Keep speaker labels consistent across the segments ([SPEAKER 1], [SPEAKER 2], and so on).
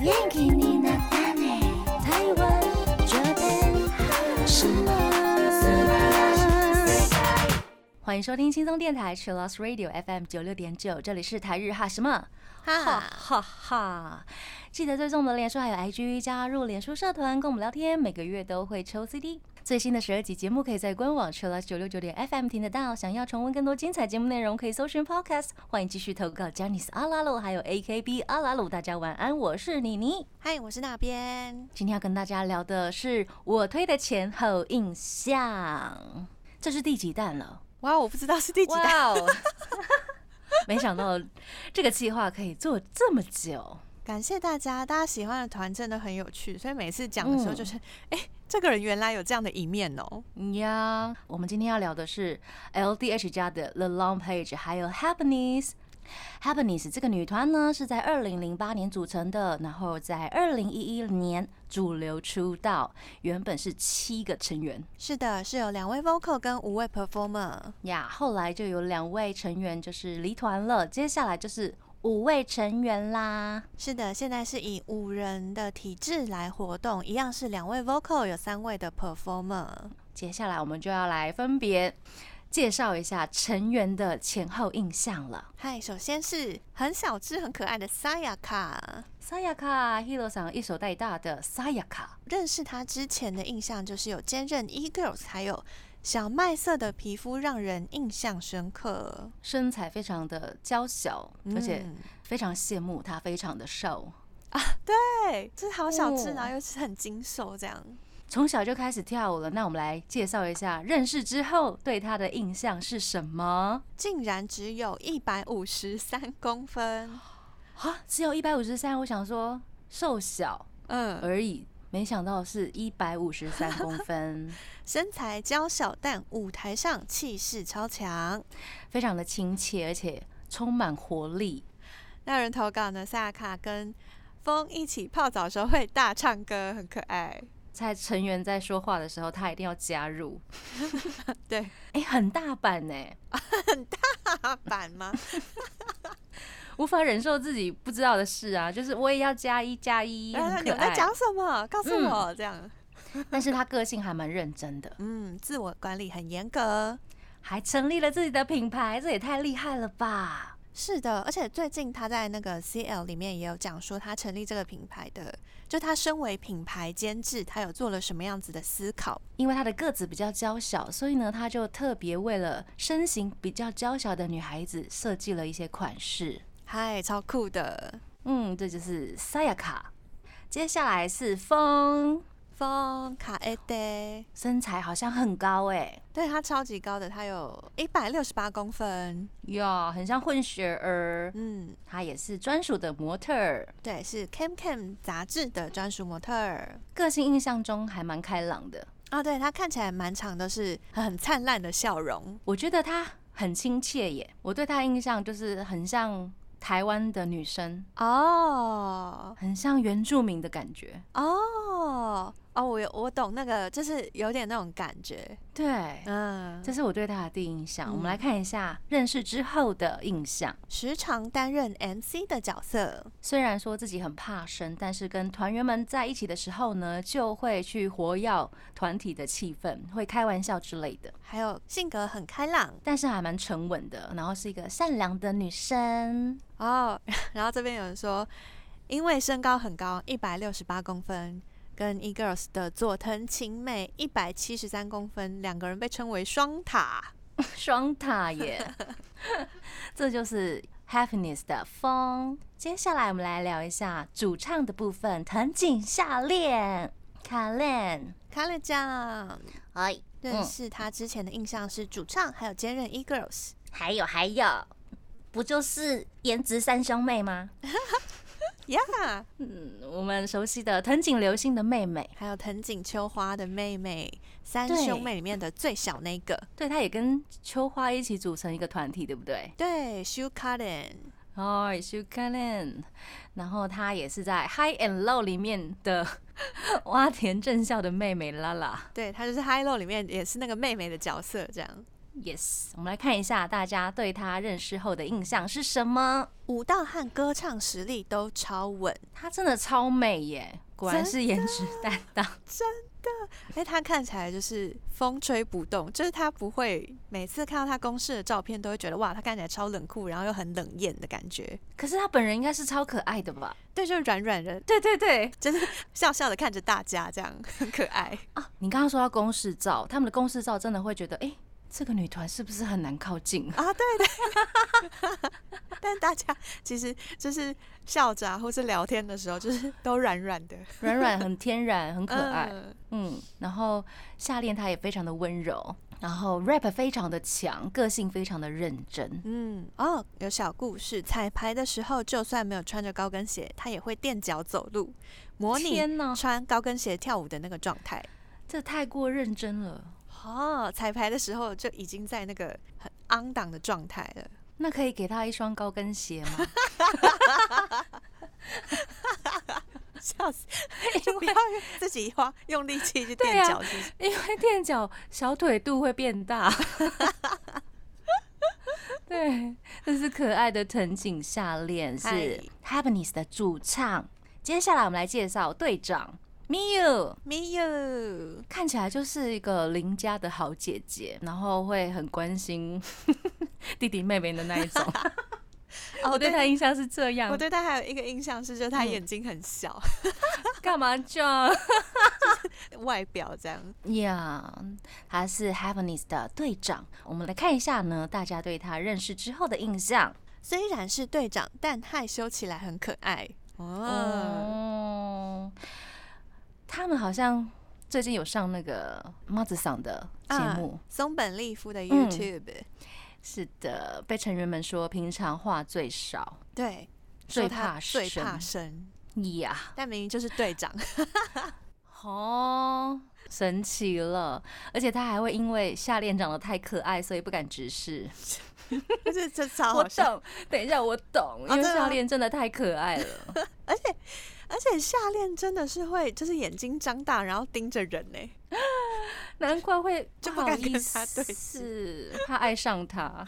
[SPEAKER 1] 元気になったね台湾这边什么？
[SPEAKER 2] 欢迎收听轻松电台 c h i l l o s Radio FM 九六点九，这里是台日哈什么哈
[SPEAKER 3] 哈，
[SPEAKER 2] 哈哈！记得追踪我们的脸书还有 IG，加入脸书社团跟我们聊天，每个月都会抽 CD。最新的十二集节目可以在官网 c h i l l o s 九六九点 FM 听得到。想要重温更多精彩节目内容，可以搜寻 Podcast。欢迎继续投稿 j a n i c e 阿拉鲁还有 AKB 阿拉鲁，大家晚安，我是妮妮。
[SPEAKER 3] 嗨，我是那边。
[SPEAKER 2] 今天要跟大家聊的是我推的前后印象，这是第几弹了？
[SPEAKER 3] 哇，我不知道是 第几代，
[SPEAKER 2] 哇哦！没想到这个计划可以做这么久，
[SPEAKER 3] 感谢大家，大家喜欢的团真的很有趣，所以每次讲的时候就是，哎、这个人原来有这样的一面哦、
[SPEAKER 2] 呀、我们今天要聊的是 LDH 家的 The Long Page，还有 Happiness。Happiness 这个女团呢是在二零零八年组成的，然后在二零一一年主流出道，原本是七个成员
[SPEAKER 3] 是的，是有两位 vocal 跟五位 performer。
[SPEAKER 2] 呀后来就有两位成员就是离团了，接下来就是五位成员啦。
[SPEAKER 3] 是的，现在是以五人的体制来活动，一样是两位 vocal，有三位的 performer。
[SPEAKER 2] 接下来我们就要来分别介绍一下成员的前后印象了。
[SPEAKER 3] 嗨，首先是很小只、很可爱的 Sayaka。
[SPEAKER 2] Sayaka Hiro 桑一手带大的 Sayaka，
[SPEAKER 3] 认识他之前的印象就是有兼任 E Girls，还有小麦色的皮肤让人印象深刻，
[SPEAKER 2] 身材非常的娇小，而且
[SPEAKER 3] 嗯
[SPEAKER 2] 非常羡慕她非常的瘦。
[SPEAKER 3] 对，就是好小只，
[SPEAKER 2] 哦
[SPEAKER 3] 然后又是很精瘦这样。
[SPEAKER 2] 从小就开始跳舞了，那我们来介绍一下认识之后对她的印象是什么？
[SPEAKER 3] 竟然只有一百五十三公分，
[SPEAKER 2] 啊，只有一百五十三，我想说瘦小
[SPEAKER 3] 嗯，
[SPEAKER 2] 而已，没想到是一百五十三公分。
[SPEAKER 3] 身材娇小，但舞台上气势超强。
[SPEAKER 2] 非常的亲切，而且充满活力。
[SPEAKER 3] 那有人投稿呢，萨卡跟风一起泡澡的时候会大唱歌，很可爱。
[SPEAKER 2] 在成员在说话的时候，他一定要加入。
[SPEAKER 3] 对，
[SPEAKER 2] 哎、很大胆呢、
[SPEAKER 3] 哈哈版 吗？
[SPEAKER 2] 无法忍受自己不知道的事啊，就是我也要加一加一，
[SPEAKER 3] 然后
[SPEAKER 2] 很
[SPEAKER 3] 哎你
[SPEAKER 2] 可
[SPEAKER 3] 们在
[SPEAKER 2] 爱。
[SPEAKER 3] 讲什么？告诉
[SPEAKER 2] 嗯
[SPEAKER 3] 我这样。
[SPEAKER 2] 但是他个性还蛮认真的，
[SPEAKER 3] 嗯，自我管理很严格。
[SPEAKER 2] 还成立了自己的品牌，这也太厉害了吧！
[SPEAKER 3] 是的，而且最近他在那个 CL 里面也有讲说，他成立这个品牌的，就他身为品牌监制，他有做了什么样子的思考。
[SPEAKER 2] 因为她的个子比较娇小，所以呢，她就特别为了身形比较娇小的女孩子设计了一些款式。
[SPEAKER 3] 嗨，超酷的！
[SPEAKER 2] 嗯，这就是 Sayaka。接下来是风，
[SPEAKER 3] 风卡埃德，
[SPEAKER 2] 身材好像很高哎、
[SPEAKER 3] 对他超级高的，他有一百六十八公分。
[SPEAKER 2] 呀，很像混血儿，
[SPEAKER 3] 嗯，
[SPEAKER 2] 她也是专属的模特儿，
[SPEAKER 3] 对，是 Cam Cam 杂志的专属模特儿。
[SPEAKER 2] 个性印象中还蛮开朗的。
[SPEAKER 3] 啊，对他看起来满场都是很灿烂的笑容。
[SPEAKER 2] 我觉得她很亲切耶，我对她印象就是很像台湾的女生，
[SPEAKER 3] 哦
[SPEAKER 2] 很像原住民的感觉。
[SPEAKER 3] 哦哦，我有我懂那个，就是有点那种感觉。
[SPEAKER 2] 对，
[SPEAKER 3] 嗯，
[SPEAKER 2] 这是我对她的第一印象。
[SPEAKER 3] 嗯
[SPEAKER 2] 我们来看一下认识之后的印象。
[SPEAKER 3] 时常担任 MC 的角色，
[SPEAKER 2] 虽然说自己很怕生，但是跟团员们在一起的时候呢，就会去活跃团体的气氛，会开玩笑之类的。
[SPEAKER 3] 还有性格很开朗
[SPEAKER 2] 但是还蛮沉稳的，然后是一个善良的女生。
[SPEAKER 3] 哦。 然后这边有人说，因为身高很高，一百六十八公分，跟 E Girls 的佐藤晴美一百七十三公分，两个人被称为双塔。
[SPEAKER 2] 双塔 耶，这就是 Happiness 的风。接下来我们来聊一下主唱的部分，藤井夏恋 k a l e n
[SPEAKER 3] 卡乐酱
[SPEAKER 2] 哎，
[SPEAKER 3] 认识他之前的印象是主唱，还有兼任 E Girls。
[SPEAKER 2] 还有还有，不就是颜值三兄妹吗？
[SPEAKER 3] Yeah，
[SPEAKER 2] 嗯，我们熟悉的藤井流星的妹妹，
[SPEAKER 3] 还有藤井秋花的妹妹，三
[SPEAKER 2] 对
[SPEAKER 3] 兄妹里面的最小那个，
[SPEAKER 2] 对，她也跟秋花一起组成一个团体，对不对？
[SPEAKER 3] 对 s h u k a r e n
[SPEAKER 2] 哦 s u g a r l a n 然后她也是在《High and Low》里面的 洼田正孝的妹妹拉拉。
[SPEAKER 3] 对，她就是《Hello》里面也是那个妹妹的角色，这样。
[SPEAKER 2] Yes，我们来看一下大家对他认识后的印象是什么。
[SPEAKER 3] 舞蹈和歌唱实力都超稳。
[SPEAKER 2] 她真的超美耶，果然是颜值担当。
[SPEAKER 3] 哎，他看起来就是风吹不动，就是他不会每次看到他公式的照片都会觉得哇，他看起来超冷酷，然后又很冷艳的感觉。
[SPEAKER 2] 可是她本人应该是超可爱的吧？
[SPEAKER 3] 对，就是软软的，
[SPEAKER 2] 对对对，
[SPEAKER 3] 就是笑笑的看着大家，这样 很可爱。
[SPEAKER 2] 啊，你刚刚说到公式照，他们的公式照真的会觉得，哎、这个女团是不是很难靠 近？
[SPEAKER 3] 啊，对对，但大家其实就是笑着啊，或是聊天的时候，就是都软软的，
[SPEAKER 2] 软软很天然，很可爱。
[SPEAKER 3] 嗯
[SPEAKER 2] 嗯，然后夏恋她也非常的温柔，然后 rap 非常的强，个性非常的认真。
[SPEAKER 3] 嗯，哦，有小故事。彩排的时候，就算没有穿着高跟鞋，他也会垫脚走路，模拟
[SPEAKER 2] 天哪，
[SPEAKER 3] 穿高跟鞋跳舞的那个状态。
[SPEAKER 2] 这太过认真了。
[SPEAKER 3] 哦，彩排的时候就已经在那个很昂档的状态了。
[SPEAKER 2] 那可以给她一双高跟鞋吗？
[SPEAKER 3] 笑死！哎不要自己花用力气去垫
[SPEAKER 2] 对啊
[SPEAKER 3] 脚，是不是？
[SPEAKER 2] 因为垫脚小腿肚会变大。 对，这是可爱的藤井夏恋，是 Happiness 的主唱。接下来我们来介绍队长 Miu，
[SPEAKER 3] 没有，
[SPEAKER 2] 看起来就是一个邻家的好姐姐，然后会很关心 弟弟妹妹的那一 种。我对她印象是这样
[SPEAKER 3] 哦我，对他还有一个印象是，就是他
[SPEAKER 2] 嗯
[SPEAKER 3] 眼睛很小，
[SPEAKER 2] 干嘛这样？
[SPEAKER 3] 外表这样。
[SPEAKER 2] 呀他是 Happiness 的队长。我们来看一下呢，大家对他认识之后的印象。
[SPEAKER 3] 虽然是队长，但害羞起来很可爱。哦，
[SPEAKER 2] 哦，他们好像最近有上那个妈子桑的节目。
[SPEAKER 3] 啊松本利夫的
[SPEAKER 2] 嗯
[SPEAKER 3] YouTube，、
[SPEAKER 2] 是的，被成员们说平常话最少，
[SPEAKER 3] 对，
[SPEAKER 2] 最
[SPEAKER 3] 说他
[SPEAKER 2] 怕
[SPEAKER 3] 最怕
[SPEAKER 2] 生
[SPEAKER 3] 生，
[SPEAKER 2] 呀。
[SPEAKER 3] 但明明就是队 长。
[SPEAKER 2] 哦，神奇了！而且他还会因为夏恋长得太可爱，所以不敢直视。
[SPEAKER 3] 这这超
[SPEAKER 2] 我
[SPEAKER 3] 好笑。
[SPEAKER 2] 懂，等一下我懂，因为
[SPEAKER 3] 哦真的吗
[SPEAKER 2] 夏恋真的太可爱了。
[SPEAKER 3] 而且夏恋真的是会，就是眼睛张大，然后盯着人呢、
[SPEAKER 2] 难怪会
[SPEAKER 3] 就
[SPEAKER 2] 不
[SPEAKER 3] 不
[SPEAKER 2] 好
[SPEAKER 3] 敢
[SPEAKER 2] 意
[SPEAKER 3] 跟他对视
[SPEAKER 2] 思，怕爱上 他。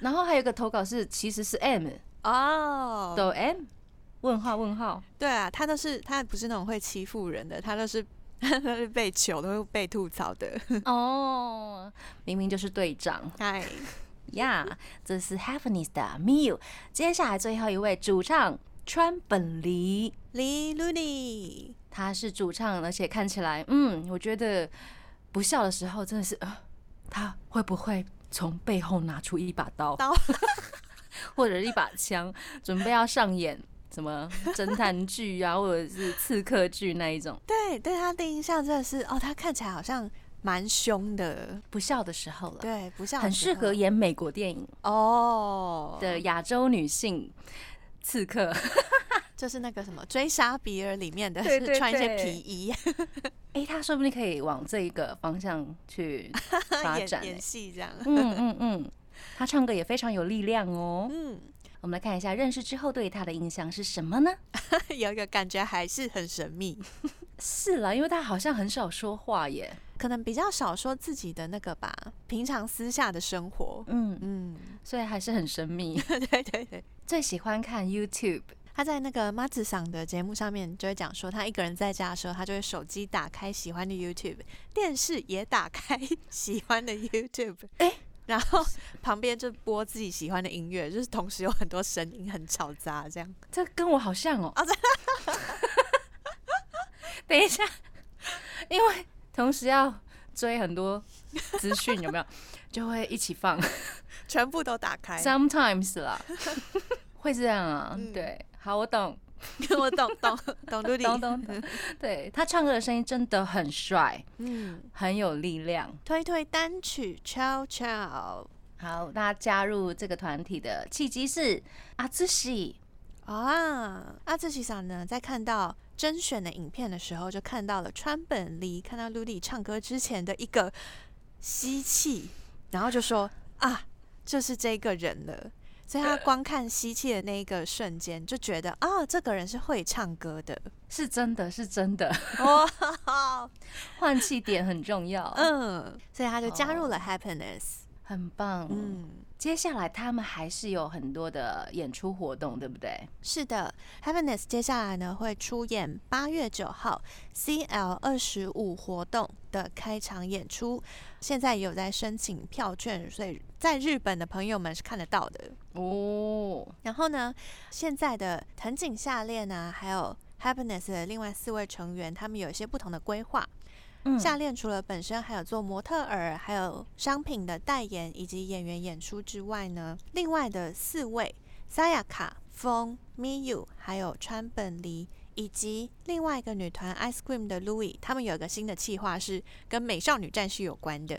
[SPEAKER 2] 然后还有一个投稿是，其实是 M
[SPEAKER 3] 哦
[SPEAKER 2] 抖 M 问号问号，
[SPEAKER 3] 对啊，他都是他不是那种会欺负人的，他都是 他都是被糗的，会被吐 槽的。
[SPEAKER 2] 哦， 明明就是队长
[SPEAKER 3] 嗨，
[SPEAKER 2] 呀这是 Happiness 的 Miu。接下来最后一位主唱川本梨，
[SPEAKER 3] 李露丽，
[SPEAKER 2] 他是主唱，而且看起来，嗯，我觉得不笑的时候真的是，呃、他会不会从背后拿出一把刀，
[SPEAKER 3] 刀
[SPEAKER 2] 或者一把枪，准备要上演什么侦探剧啊，或者是刺客剧那一种？
[SPEAKER 3] 对对，他第一印象真的是哦，他看起来好像蛮凶的，
[SPEAKER 2] 不笑的时候了，
[SPEAKER 3] 对，不像
[SPEAKER 2] 很适合演美国电影
[SPEAKER 3] 哦
[SPEAKER 2] 的亚洲女性刺 客。
[SPEAKER 3] 就是那个什么《追杀比尔》里面的，
[SPEAKER 2] 对对
[SPEAKER 3] 是穿一些
[SPEAKER 2] 对
[SPEAKER 3] 皮衣啊
[SPEAKER 2] 诶，她说不定可以往这一个方向 去发展、欸
[SPEAKER 3] 演演。戏这样。
[SPEAKER 2] 嗯嗯嗯，她唱歌也非常有力量哦。
[SPEAKER 3] 嗯，
[SPEAKER 2] 我们来看一下认识之后对他的印象是什么呢？
[SPEAKER 3] 有一个感觉还是很神秘，
[SPEAKER 2] 是啦，因为他好像很少说话耶。
[SPEAKER 3] 可能比较少说自己的那个吧，平常私下的生活。
[SPEAKER 2] 嗯，
[SPEAKER 3] 嗯，
[SPEAKER 2] 所以还是很神秘。
[SPEAKER 3] 对对对，
[SPEAKER 2] 最喜欢看 YouTube，
[SPEAKER 3] 他在那个妈子桑的节目上面就会讲说，他一个人在家的时候，他就会手机打开喜欢的 YouTube，电视也打开喜欢的 YouTube，哎、然后旁边就播自己喜欢的音乐，就是同时有很多声音，很嘈杂这样。
[SPEAKER 2] 这跟我好像哦、
[SPEAKER 3] 哦
[SPEAKER 2] 等一下，因为同时要追很多资讯，有没有？就会一起放
[SPEAKER 3] 全部都打开，
[SPEAKER 2] ，sometimes 啦，会这样啊。
[SPEAKER 3] 嗯
[SPEAKER 2] 对，好，我懂，
[SPEAKER 3] 我懂懂 懂露丽，
[SPEAKER 2] 懂懂懂。对他唱歌的声音真的很帅，
[SPEAKER 3] 嗯，
[SPEAKER 2] 很有力量。
[SPEAKER 3] 推推单曲《Ciao Ciao》
[SPEAKER 2] 好，那加入这个团体的契机是阿兹喜，
[SPEAKER 3] 啊，阿志喜桑呢，在看到甄选的影片的时候，就看到了川本梨看到露丽唱歌之前的一个吸气，然后就说啊，就是这个人了。所以他光看吸气的那一个瞬间，就觉得啊，这个人是会唱歌的
[SPEAKER 2] 是真的是真的，
[SPEAKER 3] 哦。
[SPEAKER 2] 换气点很重要。哦
[SPEAKER 3] 嗯嗯，所以他就加入了 Happiness。
[SPEAKER 2] 很棒。嗯，
[SPEAKER 3] 嗯，
[SPEAKER 2] 接下来他们还是有很多的演出活动，对不对？
[SPEAKER 3] 是的，Heaviness 接下来呢会出演八月九号 CL 二十五活动的开场演出，现在也有在申请票券，所以在日本的朋友们是看得到的。
[SPEAKER 2] 哦，
[SPEAKER 3] 然后呢，现在的藤井夏恋啊，还有 Happiness 的另外四位成员，他们有一些不同的规划。
[SPEAKER 2] 嗯
[SPEAKER 3] 夏恋除了本身还有做模特儿，还有商品的代言以及演员演出之外呢，另外的四位 Sayaka、风、Miyu 还有川本梨。以及另外一个女团 Ice Cream 的 Louis，他们有一个新的计划是跟美少女战士有关的。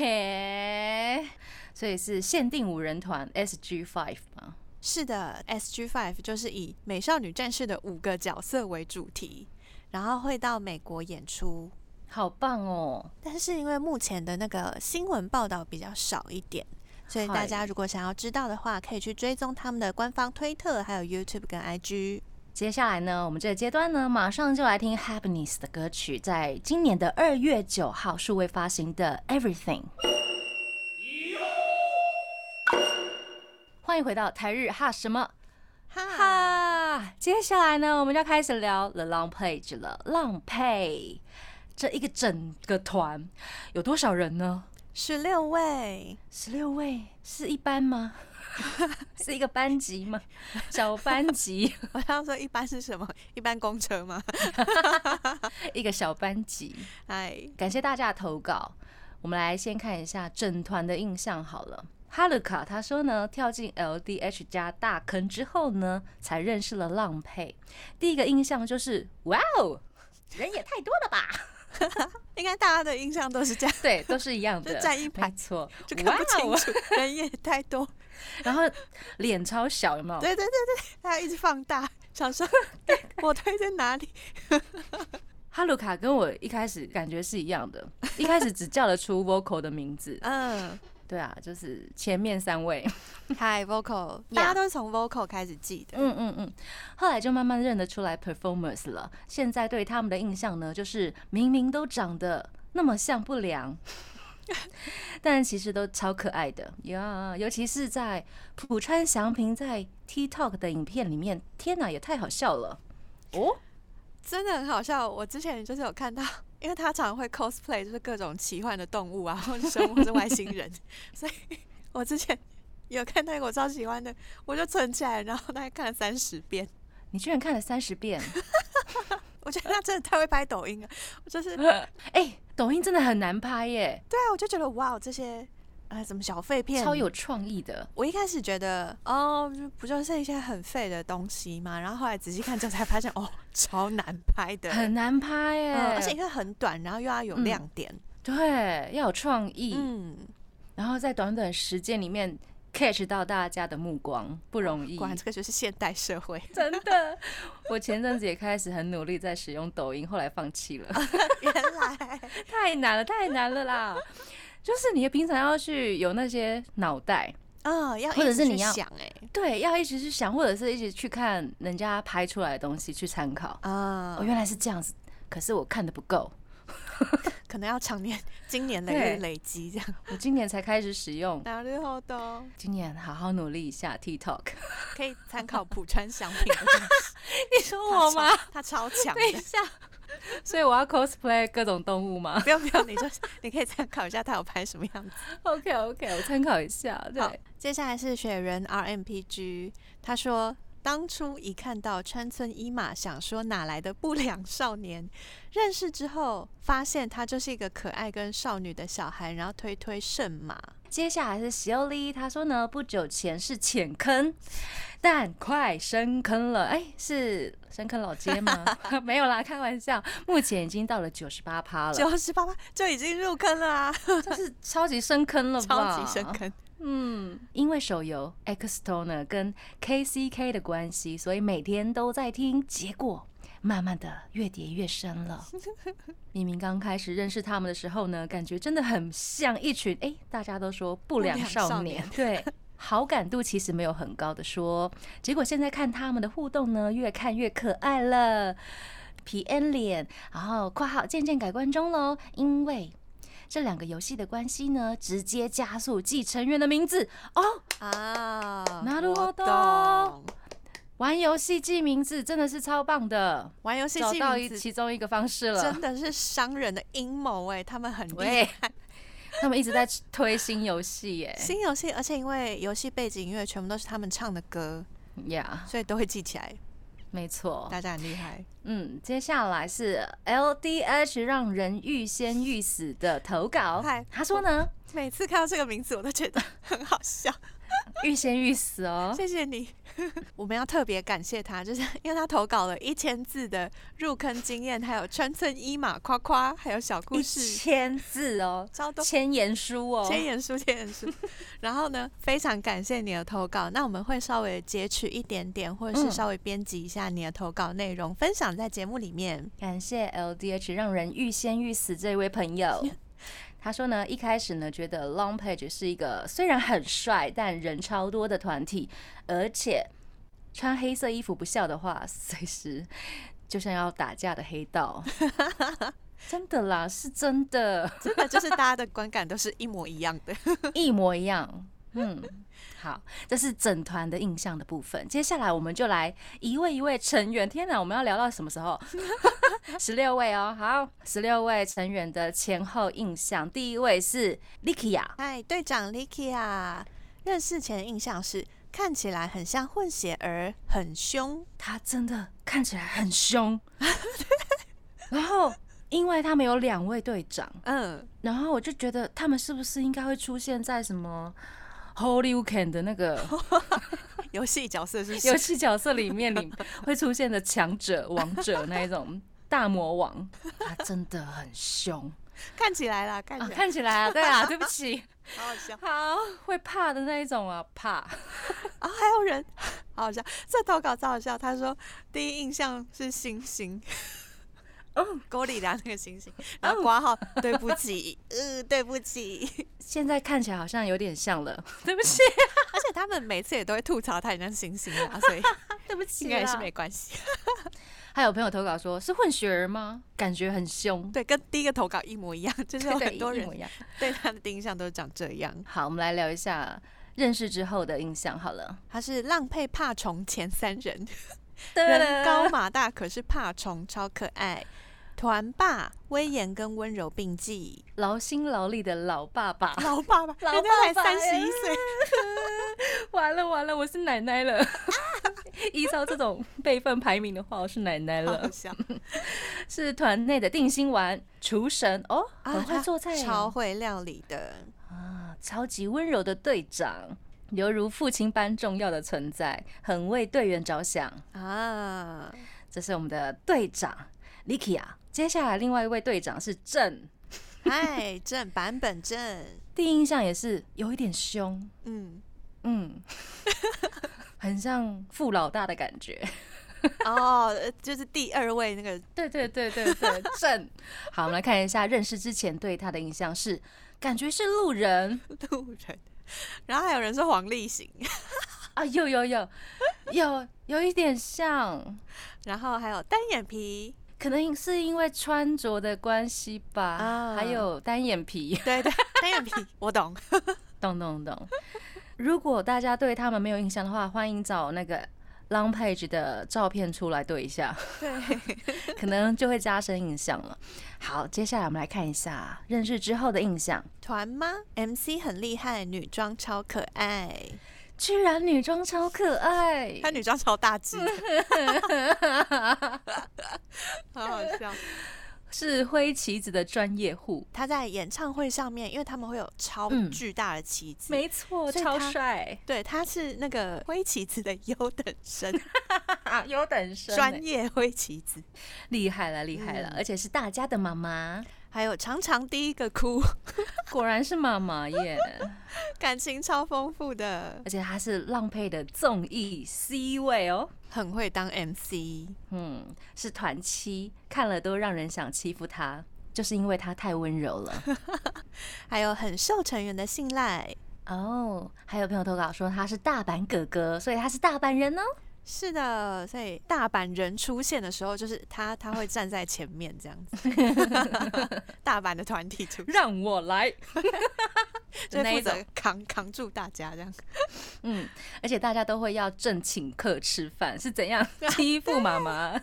[SPEAKER 2] 嘿，所以是限定五人团 SG Five 吗？
[SPEAKER 3] 是的，SG Five 就是以美少女战士的五个角色为主题，然后会到美国演出。
[SPEAKER 2] 好棒哦！
[SPEAKER 3] 但是因为目前的那个新闻报道比较少一点，所以大
[SPEAKER 2] 嗨
[SPEAKER 3] 家如果想要知道的话，可以去追踪他们的官方推特、还有 YouTube 跟 IG。
[SPEAKER 2] 接下来呢，我们这个阶段呢，马上就来听 Happiness 的歌曲，在今年的二月九号数位发行的 Everything。欢迎回到台日哈什么
[SPEAKER 3] 哈，
[SPEAKER 2] 哈？接下来呢，我们就要开始聊 The Long Page 了。浪配这一个整个团有多少人呢？
[SPEAKER 3] 十六位，
[SPEAKER 2] 十六位是一班 吗？是一个班级吗？小班级，
[SPEAKER 3] 我刚说一般是什么？ 一般公车吗？
[SPEAKER 2] 一个小班级。
[SPEAKER 3] 哎，
[SPEAKER 2] 感谢大家的投稿。我们来先看一下整团的印象好了。哈鲁卡他说呢，跳进 LDH 家大坑之后呢，才认识了浪配。第一个印象就是，哇哦，人也太多了吧？
[SPEAKER 3] 应该大家的印象都是这样，
[SPEAKER 2] 对，都是一样的，
[SPEAKER 3] 就站一排
[SPEAKER 2] 没错
[SPEAKER 3] 就。看
[SPEAKER 2] 哇
[SPEAKER 3] 不清
[SPEAKER 2] 哦，
[SPEAKER 3] 楚， 人也太多。
[SPEAKER 2] 然后脸超小，有没有？
[SPEAKER 3] 对对对对，他一直放大，想说我推在哪里？
[SPEAKER 2] 哈鲁卡跟我一开始感觉是一样的，一开始只叫得出 vocal 的名字。
[SPEAKER 3] 嗯，
[SPEAKER 2] 对啊，就是前面三位。
[SPEAKER 3] 嗨，vocal，
[SPEAKER 2] Yeah
[SPEAKER 3] 大家都是从 vocal 开始记的。
[SPEAKER 2] 嗯嗯嗯，后来就慢慢认得出来 performers 了。现在对他们的印象呢，就是明明都长得那么像不良， 但其实都超可爱的呀。尤其是在浦川祥平在 TikTok 的影片里面，天哪，也太好笑了哦！
[SPEAKER 3] 真的很好笑。我之前就是有看到， 因为他常常会 cosplay，就是各种奇幻的动物啊，或者生物是外星人， 所以我之前有看到一个我超喜欢的，我就存起来，然后大概看了三十遍。
[SPEAKER 2] 你居然看了三十遍，
[SPEAKER 3] 我觉得他真的太会拍抖音了，我就是对
[SPEAKER 2] 哎、抖音真的很难拍耶，
[SPEAKER 3] 啊，我就觉得哇，这些呃什么小废片，
[SPEAKER 2] 超有创意的。
[SPEAKER 3] 我一开始觉得哦，就不就是一些很废的东西嘛，然后后来仔细看之后才发现，哦，超难拍的，
[SPEAKER 2] 很难拍耶，
[SPEAKER 3] 嗯而且因为很短，然后又要有
[SPEAKER 2] 嗯
[SPEAKER 3] 亮点，
[SPEAKER 2] 对要有创意，
[SPEAKER 3] 嗯，
[SPEAKER 2] 然后在短短时间里面 catch 到大家的目光不容 易，
[SPEAKER 3] 果然这个就是现代社 会，
[SPEAKER 2] 哦真的。我前阵子也开始很努力在使用抖音，后来放弃了，
[SPEAKER 3] 原来
[SPEAKER 2] 啊太难了，太难了啦。 就是你平常要去有那些脑袋，
[SPEAKER 3] 嗯，要
[SPEAKER 2] 或者
[SPEAKER 3] 一直
[SPEAKER 2] 是
[SPEAKER 3] 去
[SPEAKER 2] 你要
[SPEAKER 3] 想哎、
[SPEAKER 2] 对，要一直去想，或者是一直去看人家拍出来的东西去参考。
[SPEAKER 3] 啊、
[SPEAKER 2] 哦，原来是这样子，可是我看的不够。
[SPEAKER 3] 嗯可能要常年、经年累
[SPEAKER 2] 对
[SPEAKER 3] 月累积这样。
[SPEAKER 2] 我今年才开始使用，
[SPEAKER 3] 哪里好的，
[SPEAKER 2] 今年好好努力一下 TikTok。
[SPEAKER 3] 可以参考浦川祥平的东 西。
[SPEAKER 2] 你说我吗？
[SPEAKER 3] 他超？他超强
[SPEAKER 2] 等一
[SPEAKER 3] 的。
[SPEAKER 2] 下， 所以我要 cosplay 各种动物吗？
[SPEAKER 3] 不用不用，你就你可以参考一下他有拍什么样子。
[SPEAKER 2] OK OK，我参考一下。
[SPEAKER 3] 好
[SPEAKER 2] 对，，
[SPEAKER 3] 接下来是雪人 RMPG，他说。当初一看到川村一马，想说哪来的不良少年？认识之后，发现他就是一个可爱跟少女的小孩，然后推推圣马。
[SPEAKER 2] 接下来是修丽，她说呢，不久前是浅坑，但快深坑了。哎、是深坑老街 吗？没有啦，开玩笑。目前已经到了九十八趴了，
[SPEAKER 3] 九十八就已经入坑了 啊，
[SPEAKER 2] 这是超级深坑了吧？
[SPEAKER 3] 超级深。坑。
[SPEAKER 2] 嗯，因为手游 X Toner 跟 KCK 的关系，所以每天都在听，结果慢慢的越叠越深 了。明明刚开始认识他们的时候呢，感觉真的很像一群哎、大家都说不良少年，对。好感度其实没有很高的说，结果现在看他们的互动呢，越看越可爱了，皮 N 脸，然后括号渐渐改观中喽，因为这两个游戏的关系呢，直接加速记成员的名字哦。
[SPEAKER 3] 啊，
[SPEAKER 2] なる
[SPEAKER 3] 我
[SPEAKER 2] ほど
[SPEAKER 3] 懂。
[SPEAKER 2] 玩游戏记名字真的是超棒的，
[SPEAKER 3] 玩游戏
[SPEAKER 2] 找
[SPEAKER 3] 记
[SPEAKER 2] 到
[SPEAKER 3] 名
[SPEAKER 2] 一
[SPEAKER 3] 字
[SPEAKER 2] 其中一个方式了
[SPEAKER 3] 真。的是商人的阴谋哎，他们很厉害。
[SPEAKER 2] 喂， 他们一直在推新游戏 耶
[SPEAKER 3] 新游戏，而且因为游戏背景音乐全部都是他们唱的歌，
[SPEAKER 2] ，Yeah，
[SPEAKER 3] 所以都会记起来。
[SPEAKER 2] 没错。
[SPEAKER 3] 大家很厉害，
[SPEAKER 2] 嗯，接下来是 LDH 让人欲仙欲死的投稿
[SPEAKER 3] 嗨。
[SPEAKER 2] 他说呢，
[SPEAKER 3] 每次看到这个名字我都觉得很好笑。
[SPEAKER 2] 欲仙欲死哦。
[SPEAKER 3] 谢谢你， 我们要特别感谢他，就是 因为他投稿了一千字的入坑经验，还有川村一马夸夸，还有小故
[SPEAKER 2] 一
[SPEAKER 3] 事，
[SPEAKER 2] 千字哦，
[SPEAKER 3] 超多。
[SPEAKER 2] 千言书哦，
[SPEAKER 3] 千言书，千言书。 然后呢，非常感谢你的投稿。那我们会稍微截取一点点，或者
[SPEAKER 2] 嗯
[SPEAKER 3] 是稍微编辑一下你的投稿内容，分享在节目里面。
[SPEAKER 2] 感谢 LDH 让人欲仙欲死这位朋友。他说呢，一开始呢，觉得 Long Page 是一个虽然很帅，但人超多的团体，而且穿黑色衣服不笑的话，随时就像要打架的黑道。真的啦，是真的，
[SPEAKER 3] 真的就是大家的观感都是一模一样的。
[SPEAKER 2] 一模一样。嗯，好，这是整团的印象的部分。接下来我们就来一位一位成员。天哪，我们要聊到什么时候？ 十六位哦，好，十六位成员的前后印象。第一位是 Likia，
[SPEAKER 3] 嗨，队长 Licky 啊，认识前印象是看起来很像混血儿，很凶。
[SPEAKER 2] 她真的看起来很凶。 然后，因为他们有两位队长，
[SPEAKER 3] 嗯，
[SPEAKER 2] 然后我就觉得他们是不是应该会出现在什么 Holy Weekend 的那个
[SPEAKER 3] 游戏角色是不是
[SPEAKER 2] 游戏角色里面 你会出现的强者、王者那一 种大魔王，他真的很凶
[SPEAKER 3] 看起来啦，看
[SPEAKER 2] 啊！
[SPEAKER 3] 起来、
[SPEAKER 2] 看起来啊，对啊，对不 起，
[SPEAKER 3] 好好笑
[SPEAKER 2] 好会怕的那一种啊，怕
[SPEAKER 3] 啊！还有人 好好笑，这投稿超好笑。他说第一印象是星星。嗯，狗里拉那个星星，然后挂号，对不起，呃，对不起，
[SPEAKER 2] 现在看起来好像有点像了，对不起，
[SPEAKER 3] 而且他们每次也都会吐槽他很像星星 啊，所以
[SPEAKER 2] 对不
[SPEAKER 3] 应
[SPEAKER 2] 起
[SPEAKER 3] 该也是
[SPEAKER 2] 啊。
[SPEAKER 3] 没关系。
[SPEAKER 2] 还有朋友投稿说是混血儿吗？感觉很凶，
[SPEAKER 3] 对，跟第一个投稿一模一样，就是有
[SPEAKER 2] 对
[SPEAKER 3] 很多
[SPEAKER 2] 一
[SPEAKER 3] 人
[SPEAKER 2] 模一样。
[SPEAKER 3] 对他的第一印象都是长这样。
[SPEAKER 2] 好，我们来聊一下认识之后的印象好了。
[SPEAKER 3] 他是浪配怕虫前三 人，
[SPEAKER 2] 噔
[SPEAKER 3] 人高马大，可是怕虫超可爱，团霸威严跟温柔并济，
[SPEAKER 2] 劳心劳力的老爸爸，
[SPEAKER 3] 老爸爸，
[SPEAKER 2] 老
[SPEAKER 3] 人家才
[SPEAKER 2] 爸爸
[SPEAKER 3] 三十一岁，
[SPEAKER 2] 完了完了，我是奶奶了。 依照这种辈分排名的话，我是奶奶
[SPEAKER 3] 好好
[SPEAKER 2] 了。
[SPEAKER 3] 笑，
[SPEAKER 2] 是团内的定心丸、厨神哦，
[SPEAKER 3] 啊
[SPEAKER 2] 很会
[SPEAKER 3] 他
[SPEAKER 2] 做菜哦、
[SPEAKER 3] 超会料理的，
[SPEAKER 2] 啊，超级温柔的队长，犹如父亲般重要的存在，很为队员着想。
[SPEAKER 3] 啊，
[SPEAKER 2] 这是我们的队长 Likia。接下来另外一位队长是正，
[SPEAKER 3] 嗨，正版本正，
[SPEAKER 2] 第一印象也是有一点凶，
[SPEAKER 3] 嗯，
[SPEAKER 2] 嗯，很像富老大的感觉。
[SPEAKER 3] 哦，呃就是第二位那个
[SPEAKER 2] 对对对对对，正。好，我们来看一下认识之前对他的印象是，感觉是路人
[SPEAKER 3] 路人，然后还有人说黄立行，
[SPEAKER 2] 啊，有有有有有一点像，
[SPEAKER 3] 然后还有单眼皮，
[SPEAKER 2] 可能是因为穿着的关系吧，
[SPEAKER 3] 啊
[SPEAKER 2] 还有单眼皮，
[SPEAKER 3] 对对，单眼皮，我懂，
[SPEAKER 2] 懂懂懂。如果大家对他们没有印象的话，欢迎找那个 Long Page 的照片出来对一下，
[SPEAKER 3] 对。
[SPEAKER 2] 可能就会加深印象了。好，接下来我们来看一下认识之后的印象。
[SPEAKER 3] 团吗？MC 很厉害，女装超可爱，
[SPEAKER 2] 居然女装超可爱，
[SPEAKER 3] 她女装超大只， 好好笑。
[SPEAKER 2] 是挥旗子的专业户，
[SPEAKER 3] 她在演唱会上面，因为他们会有超
[SPEAKER 2] 嗯
[SPEAKER 3] 巨大的旗子，
[SPEAKER 2] 错
[SPEAKER 3] 所以他
[SPEAKER 2] 帅，
[SPEAKER 3] 对，她是那个挥旗子的优等生，
[SPEAKER 2] 优等生欸
[SPEAKER 3] 专业挥旗子，
[SPEAKER 2] 厉害了，厉害了，而且是大家的妈妈，
[SPEAKER 3] 还有常常第一个哭，
[SPEAKER 2] 果然是妈妈耶，
[SPEAKER 3] 感情超丰富的，
[SPEAKER 2] 而且她是浪配的综艺 C 位哦，
[SPEAKER 3] 很会当 MC，
[SPEAKER 2] 嗯，是团七，看了都让人想欺负她，就是因为她太温柔 了。
[SPEAKER 3] 还有很受成员的信赖。
[SPEAKER 2] 哦还有朋友投稿说他是大阪哥哥，所以他是大阪人哦。
[SPEAKER 3] 是的，所以大阪人出现的时候，就是他他会站在前面这 样子，大阪的团体出现，
[SPEAKER 2] 让我来，
[SPEAKER 3] 就
[SPEAKER 2] 那
[SPEAKER 3] 负
[SPEAKER 2] 一种
[SPEAKER 3] 责扛扛住大家这样。
[SPEAKER 2] 嗯，而且大家都会要正请客吃饭，是怎 样欺负妈妈？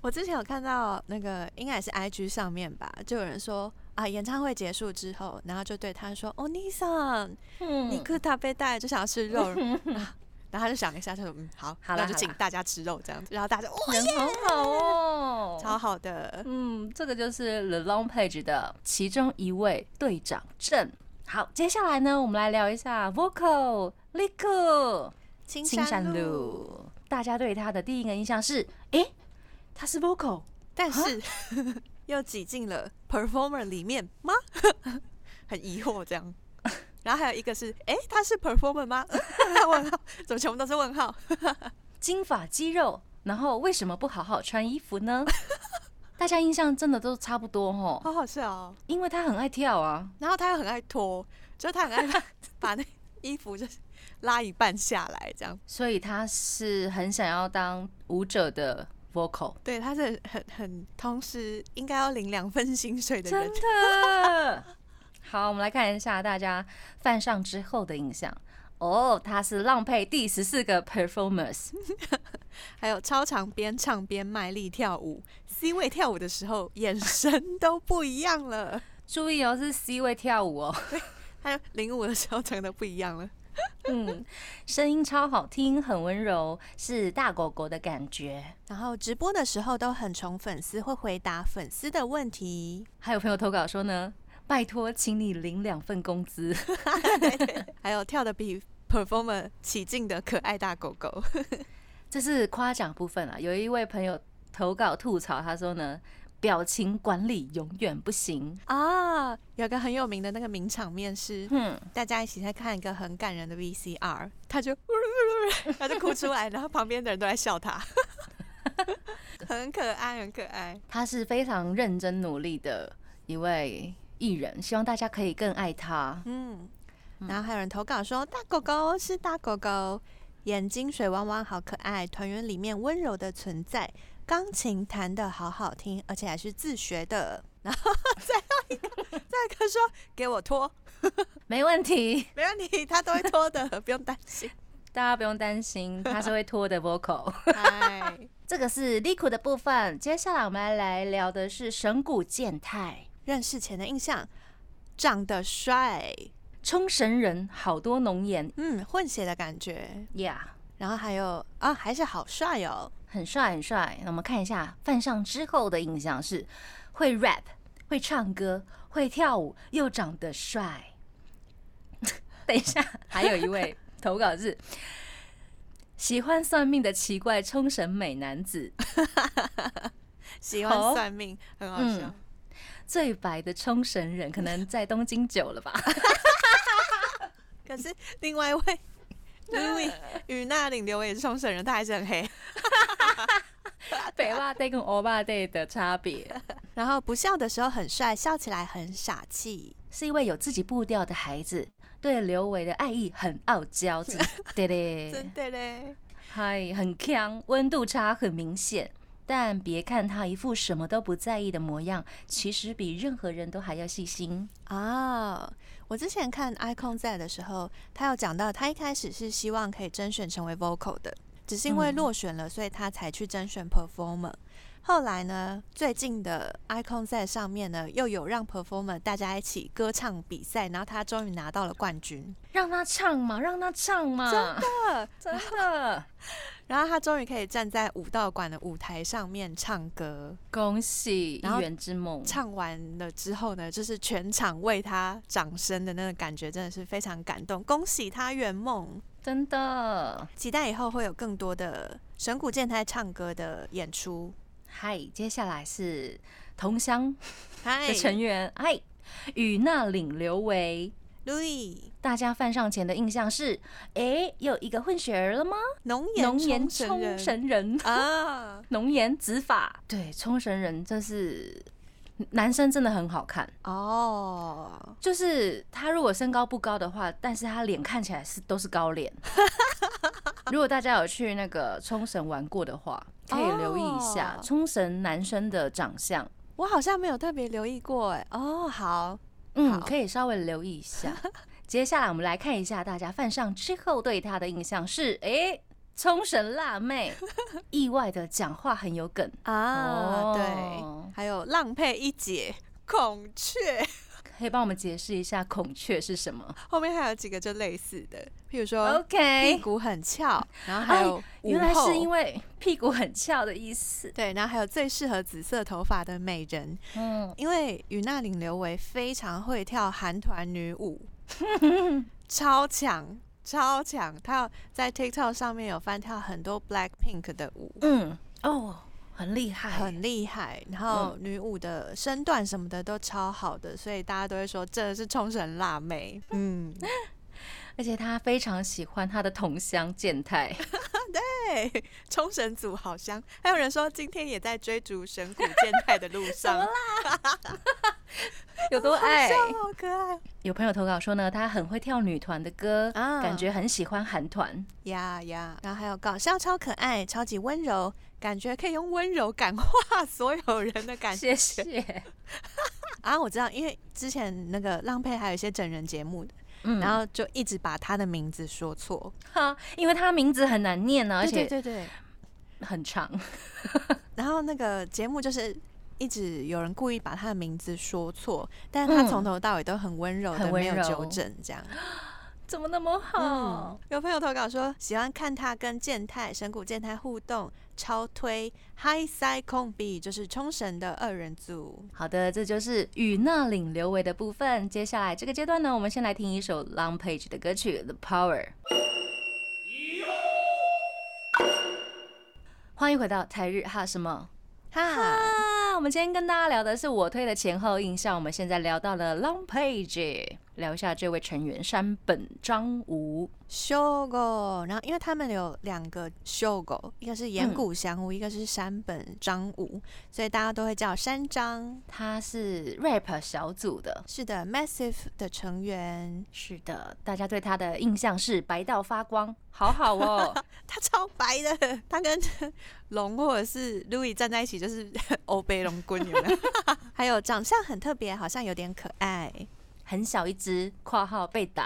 [SPEAKER 3] 我之前有看到那个应该也是 IG 上面吧，就有人说啊，演唱会结束之后，然后就对他说：“哦，尼桑，你
[SPEAKER 2] 嗯，
[SPEAKER 3] 可他被带就想要吃 肉。然后他就想了一下，就说：“嗯，好，
[SPEAKER 2] 好啦
[SPEAKER 3] 那就
[SPEAKER 2] 好
[SPEAKER 3] 请
[SPEAKER 2] 啦
[SPEAKER 3] 大家吃肉这样子。”然后大家哇，
[SPEAKER 2] 人好好哦，
[SPEAKER 3] 超好的，
[SPEAKER 2] 嗯，这个就是 The Long Page 的其中一位队长郑。好，接下来呢，我们来聊一下 Vocal Lico
[SPEAKER 3] 青
[SPEAKER 2] 青山路。大家对他的第一个印象是，诶，他是 Vocal，
[SPEAKER 3] 但是
[SPEAKER 2] 啊
[SPEAKER 3] 又挤进了 performer 里面吗？ 很疑惑这样。然后还有一个是，哎、他是 performer 吗？ 问号，怎么全部都是问号？
[SPEAKER 2] 金发肌肉，然后为什么不好好穿衣服呢？ 大家印象真的都差不多哦，
[SPEAKER 3] 好好笑哦。
[SPEAKER 2] 因为他很爱跳啊，
[SPEAKER 3] 然后他又很爱脱，就是他很爱 把把那衣服就是拉一半下来这样。
[SPEAKER 2] 所以他是很想要当舞者的 vocal。
[SPEAKER 3] 对，他是很很同时应该要领两份薪水的
[SPEAKER 2] 真
[SPEAKER 3] 人。
[SPEAKER 2] 的。 好，我们来看一下大家犯上之后的印象。哦，他是浪配第十四个 performers，
[SPEAKER 3] 还有超长边唱边卖力跳舞，C 位跳舞的时候眼神都不一样了。
[SPEAKER 2] 注意哦，是 C 位跳舞哦。
[SPEAKER 3] 还有领舞的时候长得不一样了。
[SPEAKER 2] 嗯，声音超好听，很温柔，是大狗狗的感觉。
[SPEAKER 3] 然后直播的时候都很宠粉丝，会回答粉丝的问题，
[SPEAKER 2] 还有朋友投稿说呢，拜托，请你领两份工资。
[SPEAKER 3] 还有跳的比 performer 起劲的可爱大狗狗。
[SPEAKER 2] 这是夸奖部分啊。有一位朋友投稿吐槽，他说呢，表情管理永远不行。
[SPEAKER 3] 啊，有个很有名的那个名场面 是，
[SPEAKER 2] 哼、
[SPEAKER 3] 大家一起在看一个很感人的 VCR，他就 他就哭出来，然后旁边的人都在笑他， 很可爱，很可爱。
[SPEAKER 2] 他是非常认真努力的一位艺人，希望大家可以更爱他。
[SPEAKER 3] 嗯，然后还有人投稿说，大狗狗是大狗狗，眼睛水汪汪，好可爱，团员里面温柔的存在，钢琴弹得好好听，而且还是自学的。然后再有一个，再有一个说给我拖，
[SPEAKER 2] 没问题，
[SPEAKER 3] 没问题，他都会拖的，不用担心。
[SPEAKER 2] 大家不用担心，他是会拖的 vocal。
[SPEAKER 3] 嗨，
[SPEAKER 2] 这个是 Liku 的部分，接下来我们来聊的是神谷健太，
[SPEAKER 3] 认识前的印象，长得帅，
[SPEAKER 2] 冲绳人，好多浓颜
[SPEAKER 3] 嗯，混血的感觉，
[SPEAKER 2] ，Yeah，
[SPEAKER 3] 然后还有啊，还是好帅哦，
[SPEAKER 2] 很帅很帅。那我们看一下犯上之后的印象是会 rap，会唱歌，会跳舞，又长得帅。 等一下， 还有一位投稿是喜欢算命的奇怪冲绳美男子，
[SPEAKER 3] 喜
[SPEAKER 2] 好
[SPEAKER 3] 欢算命，很好笑。
[SPEAKER 2] 嗯最白的冲绳人，可能在东京久了吧。
[SPEAKER 3] 可是另外一位 Louis 与那领流也是冲绳人，他还是很黑。
[SPEAKER 2] 北霸 day 跟欧巴 day 的差别，
[SPEAKER 3] 然后不笑的时候很帅，笑起来很傻气。
[SPEAKER 2] 是一位有自己步调的孩子，对刘维的爱意很傲娇，真 的对对
[SPEAKER 3] 真。的嘞，
[SPEAKER 2] 嗨，很强，温度差很明显。但别看他一副什么都不在意的模样，其实比任何人都还要细心。
[SPEAKER 3] 啊！我之前看 Icon 在的时候，他有讲到，他一开始是希望可以甄选成为 vocal 的，只是因为
[SPEAKER 2] 嗯
[SPEAKER 3] 落选了，所以他才去甄选 performer。后来呢，最近的 Icon 在上面呢，又有让 performer 大家一起歌唱比赛，然后他终于拿到了冠军。
[SPEAKER 2] 让他唱嘛，让他唱嘛，
[SPEAKER 3] 哦
[SPEAKER 2] 真的，真的，
[SPEAKER 3] 然后他终于可以站在武道馆的舞台上面唱歌，
[SPEAKER 2] 恭喜
[SPEAKER 3] 然后
[SPEAKER 2] 一园之梦。
[SPEAKER 3] 唱完了之后呢，就是全场为他掌声的那个感觉，真的是非常感动。恭喜他圆梦，
[SPEAKER 2] 真的。
[SPEAKER 3] 期待以后会有更多的神谷健太唱歌的演出。
[SPEAKER 2] 嗨，接下来是同乡
[SPEAKER 3] 嗨
[SPEAKER 2] 的成员，嗨，与那领刘维。
[SPEAKER 3] ，Louis，
[SPEAKER 2] 大家犯上前的印象是，诶，有一个混血儿了吗？
[SPEAKER 3] 浓
[SPEAKER 2] 浓
[SPEAKER 3] 颜
[SPEAKER 2] 颜
[SPEAKER 3] 冲
[SPEAKER 2] 冲
[SPEAKER 3] 绳人
[SPEAKER 2] 绳人。
[SPEAKER 3] 啊，
[SPEAKER 2] 浓颜执法，对，冲绳人真是男生真的很好看，
[SPEAKER 3] 哦，
[SPEAKER 2] 就是他如果身高不高的话，但是他脸看起来是都是高脸，如果大家有去那个冲绳玩过的话，可以留意一下
[SPEAKER 3] 哦
[SPEAKER 2] 冲绳男生的长相。
[SPEAKER 3] 我好像没有特别留意过哎、哦，好，
[SPEAKER 2] 嗯，
[SPEAKER 3] 好
[SPEAKER 2] 可以稍微留意一下。接下来我们来看一下大家犯上之后对她的印象是：诶，冲绳辣妹，意外的讲话很有梗
[SPEAKER 3] 啊，
[SPEAKER 2] 哦
[SPEAKER 3] 对，还有浪配一姐、孔雀，
[SPEAKER 2] 可以帮我们解释一下孔雀是什么
[SPEAKER 3] 后面还有几个就类似的，譬如说
[SPEAKER 2] ？OK，
[SPEAKER 3] 屁
[SPEAKER 2] 哎
[SPEAKER 3] 股很翘，然后还有
[SPEAKER 2] 原来是因
[SPEAKER 3] 为
[SPEAKER 2] 为屁股很翘的意思。
[SPEAKER 3] 对，然后还有最适合紫色头发的美人，
[SPEAKER 2] 嗯，
[SPEAKER 3] 因为与那领流为非常会跳韩团女舞， 超强。超强！她有在 TikTok 上面有翻跳很多 Blackpink 的舞，
[SPEAKER 2] 嗯，哦，很厉害，
[SPEAKER 3] 很厉害，然后女舞的身段什么的都超好的，所以大家都会说真的是冲绳辣妹。嗯，
[SPEAKER 2] 而且他非常喜欢他的同乡健太，
[SPEAKER 3] 对，冲绳组好香。还有人说今天也在追逐神谷健太的路 上，哎
[SPEAKER 2] 有多爱
[SPEAKER 3] 好？笑好哦可爱
[SPEAKER 2] 有朋友投稿说呢，他很会跳女团的歌，
[SPEAKER 3] 啊
[SPEAKER 2] 感觉很喜欢韩团。
[SPEAKER 3] 呀呀！然后还有搞笑超可爱，超级温柔，感觉可以用温柔感化 所有人的感觉
[SPEAKER 2] 谢 谢。
[SPEAKER 3] 啊！我知道，因为之前那个浪配还有一些整人节目的，
[SPEAKER 2] 嗯，然
[SPEAKER 3] 然
[SPEAKER 2] 后
[SPEAKER 3] 后就一直把他的名字说错，
[SPEAKER 2] 哈，因为他名字很难念啊呢、而
[SPEAKER 3] 对
[SPEAKER 2] 且
[SPEAKER 3] 对对对。
[SPEAKER 2] 很长。
[SPEAKER 3] 然后那个节目就是一直有人故意把他的名字说错，但是他
[SPEAKER 2] 嗯
[SPEAKER 3] 从头到尾都很温柔
[SPEAKER 2] 很
[SPEAKER 3] 的，
[SPEAKER 2] 温
[SPEAKER 3] 没有
[SPEAKER 2] 柔
[SPEAKER 3] 纠正这样。
[SPEAKER 2] 怎么那么
[SPEAKER 3] 嗯
[SPEAKER 2] 好？，
[SPEAKER 3] 有朋友投稿说喜欢看他跟健太、神谷健太互动，超推 High Side Combi 就是冲绳的二人组。
[SPEAKER 2] 好的，这就是与那领流为的部分。接下来这个阶段呢，我们先来听一首 Long Page 的歌曲《The Power》。欢迎回到台日哈什么？
[SPEAKER 3] 哈，
[SPEAKER 2] 啊，我们今天跟大家聊的是我推的前后印象，我们现在聊到了 Long Page，聊一下这位成员山本张吾。
[SPEAKER 3] 秀狗，然后因为他们有两个秀狗，一个是岩
[SPEAKER 2] 嗯
[SPEAKER 3] 谷祥吾，一个是山本张吾，所以大家都会叫山张。
[SPEAKER 2] 他是 rap 小组的，
[SPEAKER 3] 是的，Massive 的成员，
[SPEAKER 2] 是的，大家对他的印象是白到发光，好好哦。
[SPEAKER 3] 他超白的，他跟 龙或者是 Louis 站在一起就是 欧贝龙棍，有没 有？还有长相很特别，好像有点可爱
[SPEAKER 2] 很小一只，括号被打。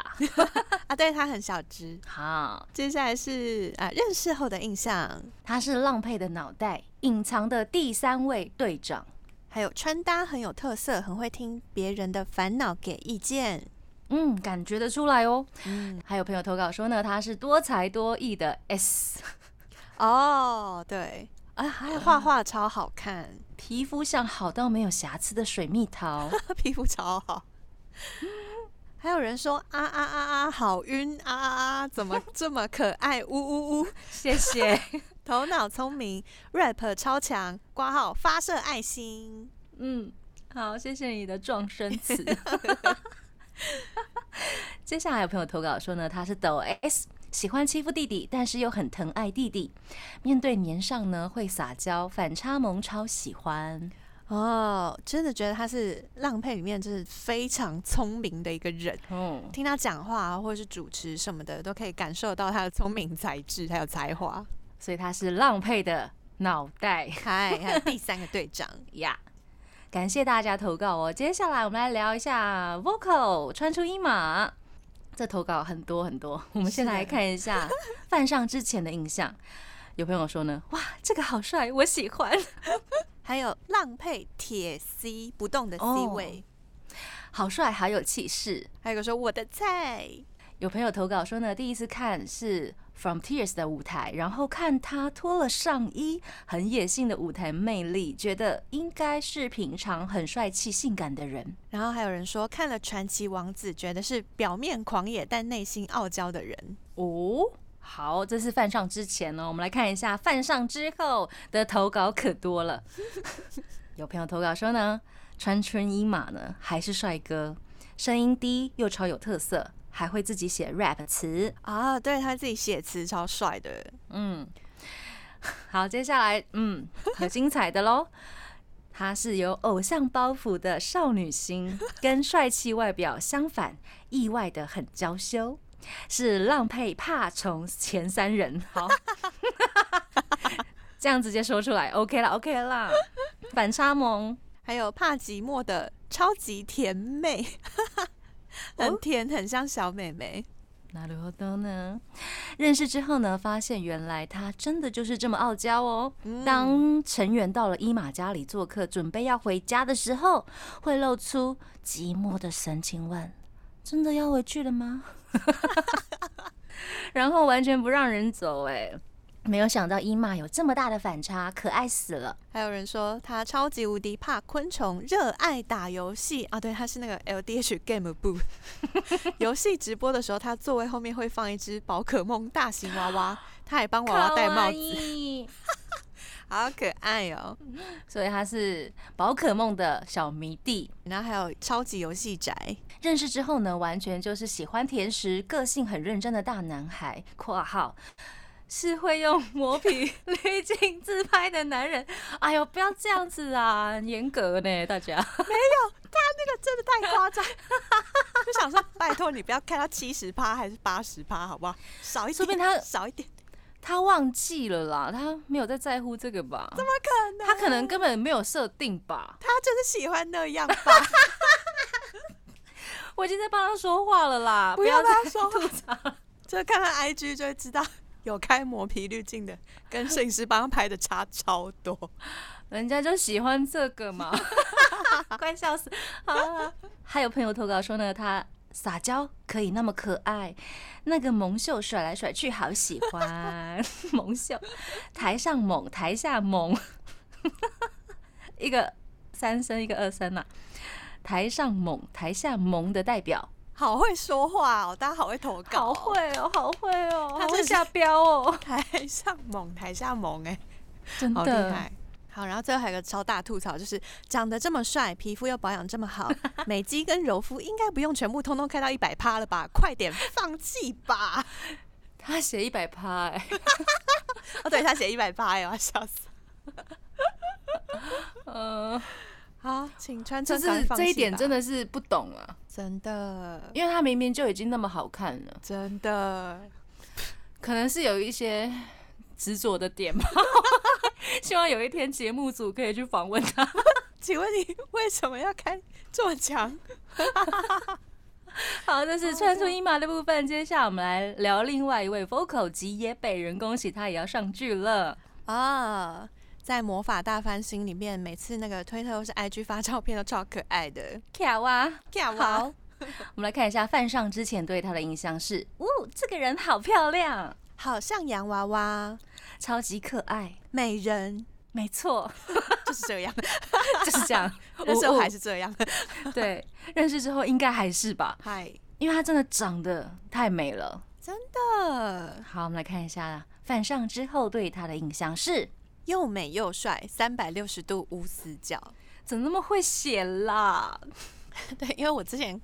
[SPEAKER 3] 啊。对，他很小只。
[SPEAKER 2] 好，
[SPEAKER 3] 接下来是啊，认识后的印象，
[SPEAKER 2] 他是浪配的脑袋，隐藏的第三位队长。
[SPEAKER 3] 还有穿搭很有特色，很会听别人的烦恼给意见。
[SPEAKER 2] 嗯，感觉得出来哦。
[SPEAKER 3] 嗯，
[SPEAKER 2] 还有朋友投稿说呢，他是多才多艺的 S，
[SPEAKER 3] 哦，对啊，还有画画超好看，
[SPEAKER 2] 皮肤像好到没有瑕疵的水蜜桃。
[SPEAKER 3] 他皮肤超好。还有人说啊啊啊啊，好晕啊啊啊，怎么这么可爱？呜呜呜，
[SPEAKER 2] 谢谢。
[SPEAKER 3] 头脑聪明，rap 超强，挂号发射爱心。
[SPEAKER 2] 嗯，好，谢谢你的撞声 词。接下来有朋友投稿说呢，他是抖 S，喜欢欺负弟弟，但是又很疼爱弟弟。面对年上呢，会撒娇，反差萌超喜欢。
[SPEAKER 3] 哦，真的觉得他是浪配里面就是非常聪明的一个人。
[SPEAKER 2] 嗯，
[SPEAKER 3] 听他讲话、啊、或者是主持什么的，都可以感受到他的聪明才智还有才华。
[SPEAKER 2] 所以他是浪配的脑袋
[SPEAKER 3] 嗨，还有第三个队长，
[SPEAKER 2] 呀。感谢大家投稿哦。接下来我们来聊一下 vocal 穿出一码，这投稿很多很多。我们先
[SPEAKER 3] 是的
[SPEAKER 2] 来看一下犯上之前的印象。有朋友说呢，哇，这个好帅，我喜欢。
[SPEAKER 3] 还有浪配铁 C 不动的 C
[SPEAKER 2] 哦
[SPEAKER 3] 位，
[SPEAKER 2] 好帅，好有气势。
[SPEAKER 3] 还有一个说我的菜，
[SPEAKER 2] 有朋友投稿说呢，第一次看是 From Tears 的舞台，然后看他脱了上衣，很野性的舞台魅力，觉得应该是平常很帅气、性感的人。
[SPEAKER 3] 然后还有人说看了《传奇王子》，觉得是表面狂野但内心傲娇的人。
[SPEAKER 2] 哦，好，这是犯上之前呢、我们来看一下犯上之后的投稿可多了。有朋友投稿说呢，穿春衣马呢还是帅哥，声音低又超有特色，还会自己写 rap 词，
[SPEAKER 3] 啊，对他自己写词超帅的，
[SPEAKER 2] 嗯， 好，接下来嗯，有精彩的喽。她是有偶像包袱的少女心，跟帅气外表相反，意外的很娇羞。是浪配怕虫前三人。好， 这样直接说出来，OK 啦，OK 啦。反差萌，
[SPEAKER 3] 还有帕吉莫的超级甜妹， 哦很甜，很像小美眉。
[SPEAKER 2] 那如何都呢？认识之后呢，发现原来他真的就是这么傲娇哦。
[SPEAKER 3] 嗯
[SPEAKER 2] 当成员到了伊玛家里做客，准备要回家的时候，会露出寂寞的神情，问：“真的要回去了吗？” 然后完全不让人走，哎，没有想到伊玛有这么大的反差，可爱死了。
[SPEAKER 3] 还有人说她超级无敌怕昆虫，热爱打游戏啊！对，她是那个 LDH Game Boo。游戏直播的时候，她座位后面会放一只宝可梦大型娃娃，她还帮娃娃戴帽子，
[SPEAKER 2] 子，
[SPEAKER 3] 好可爱哦。
[SPEAKER 2] 所以他是宝可梦的小迷弟。
[SPEAKER 3] 然后还有超级游戏宅，
[SPEAKER 2] 认识之后呢，完全就是喜欢甜食、个性很认真的大男孩（括号）。是会用 磨 皮滤镜自拍的男人，哎呦，不要这样子啊，很严格呢，大家。
[SPEAKER 3] 那个真的太夸张， 就想说拜托你不要看到七十趴还是八十趴，好不好？少一
[SPEAKER 2] 说不
[SPEAKER 3] 点，
[SPEAKER 2] 定她
[SPEAKER 3] 少一点，
[SPEAKER 2] 他忘记了啦，他没有在在乎这个吧？
[SPEAKER 3] 怎么可能？
[SPEAKER 2] 他可能根本没有设定吧？
[SPEAKER 3] 他就是喜欢那样吧？
[SPEAKER 2] 我已经在帮他说话了啦，
[SPEAKER 3] 不
[SPEAKER 2] 不
[SPEAKER 3] 要
[SPEAKER 2] 要
[SPEAKER 3] 帮他
[SPEAKER 2] 再
[SPEAKER 3] 说话
[SPEAKER 2] 吐槽了。
[SPEAKER 3] 就看看 IG 就会知道，有开磨皮滤镜的跟摄影师帮他拍的差超多。
[SPEAKER 2] 人家就喜欢这个 嘛，快笑死！好了，还有朋友投稿说呢，他撒娇可以那么可爱，那个萌秀甩来甩去好喜欢， 萌秀台上猛，台下猛， 一个三声一个二声呐、啊台上猛，台下萌的代表，
[SPEAKER 3] 好会说话哦，大家好会投稿、
[SPEAKER 2] 好
[SPEAKER 3] 哦，
[SPEAKER 2] 会哦，好会哦，
[SPEAKER 3] 他
[SPEAKER 2] 好
[SPEAKER 3] 真
[SPEAKER 2] 会
[SPEAKER 3] 是
[SPEAKER 2] 下标哦，
[SPEAKER 3] 台上猛，台下猛、哎，
[SPEAKER 2] 真
[SPEAKER 3] 好厉
[SPEAKER 2] 的，
[SPEAKER 3] 害。好，然后最后还有个超大吐槽，就是长得这么帅，皮肤又保养这么好，美肌跟柔肤应该不用全部通通开到一百趴了吧？快点放弃吧！
[SPEAKER 2] 他写一百趴哎。
[SPEAKER 3] 哦，对他写一百趴，哎，我要笑死。
[SPEAKER 2] 呃，
[SPEAKER 3] 好，请川
[SPEAKER 2] 就
[SPEAKER 3] 川赶
[SPEAKER 2] 是
[SPEAKER 3] 快放弃吧，
[SPEAKER 2] 这一点真的是不懂啊，
[SPEAKER 3] 真的
[SPEAKER 2] 因为他明明就已经那么好看了，
[SPEAKER 3] 真的
[SPEAKER 2] 可能是有一些执着的点吧。 希望有一天节目组可以去访问他，
[SPEAKER 3] 请问你 为什么要开这么强？
[SPEAKER 2] 好，这是川村一马的部分。接下来我们来聊另外一位 vocal 吉野北人，恭喜他也要上剧了。
[SPEAKER 3] 啊，在魔法大翻新里面，每次那个推特或是 IG 发照片都超可爱的。
[SPEAKER 2] 卡哇，
[SPEAKER 3] 干
[SPEAKER 2] 好，我们来看一下范上之前对他的印象是：哦，这个人好漂亮，
[SPEAKER 3] 好像洋娃娃、
[SPEAKER 2] 超级可爱。
[SPEAKER 3] 美人，
[SPEAKER 2] 没错，
[SPEAKER 3] 就是这 样。。
[SPEAKER 2] 就是这 样
[SPEAKER 3] 那时候
[SPEAKER 2] 我
[SPEAKER 3] 还是这样。
[SPEAKER 2] 对，认识之后应该还是吧。
[SPEAKER 3] 嗨，
[SPEAKER 2] 因为她真的长得太美了。
[SPEAKER 3] 呃，
[SPEAKER 2] 好，我们来看一下犯上之后对她的印象是，
[SPEAKER 3] 又美又帅，三百六十度无死角。
[SPEAKER 2] 怎么那么会写啦？
[SPEAKER 3] 对，因为我之前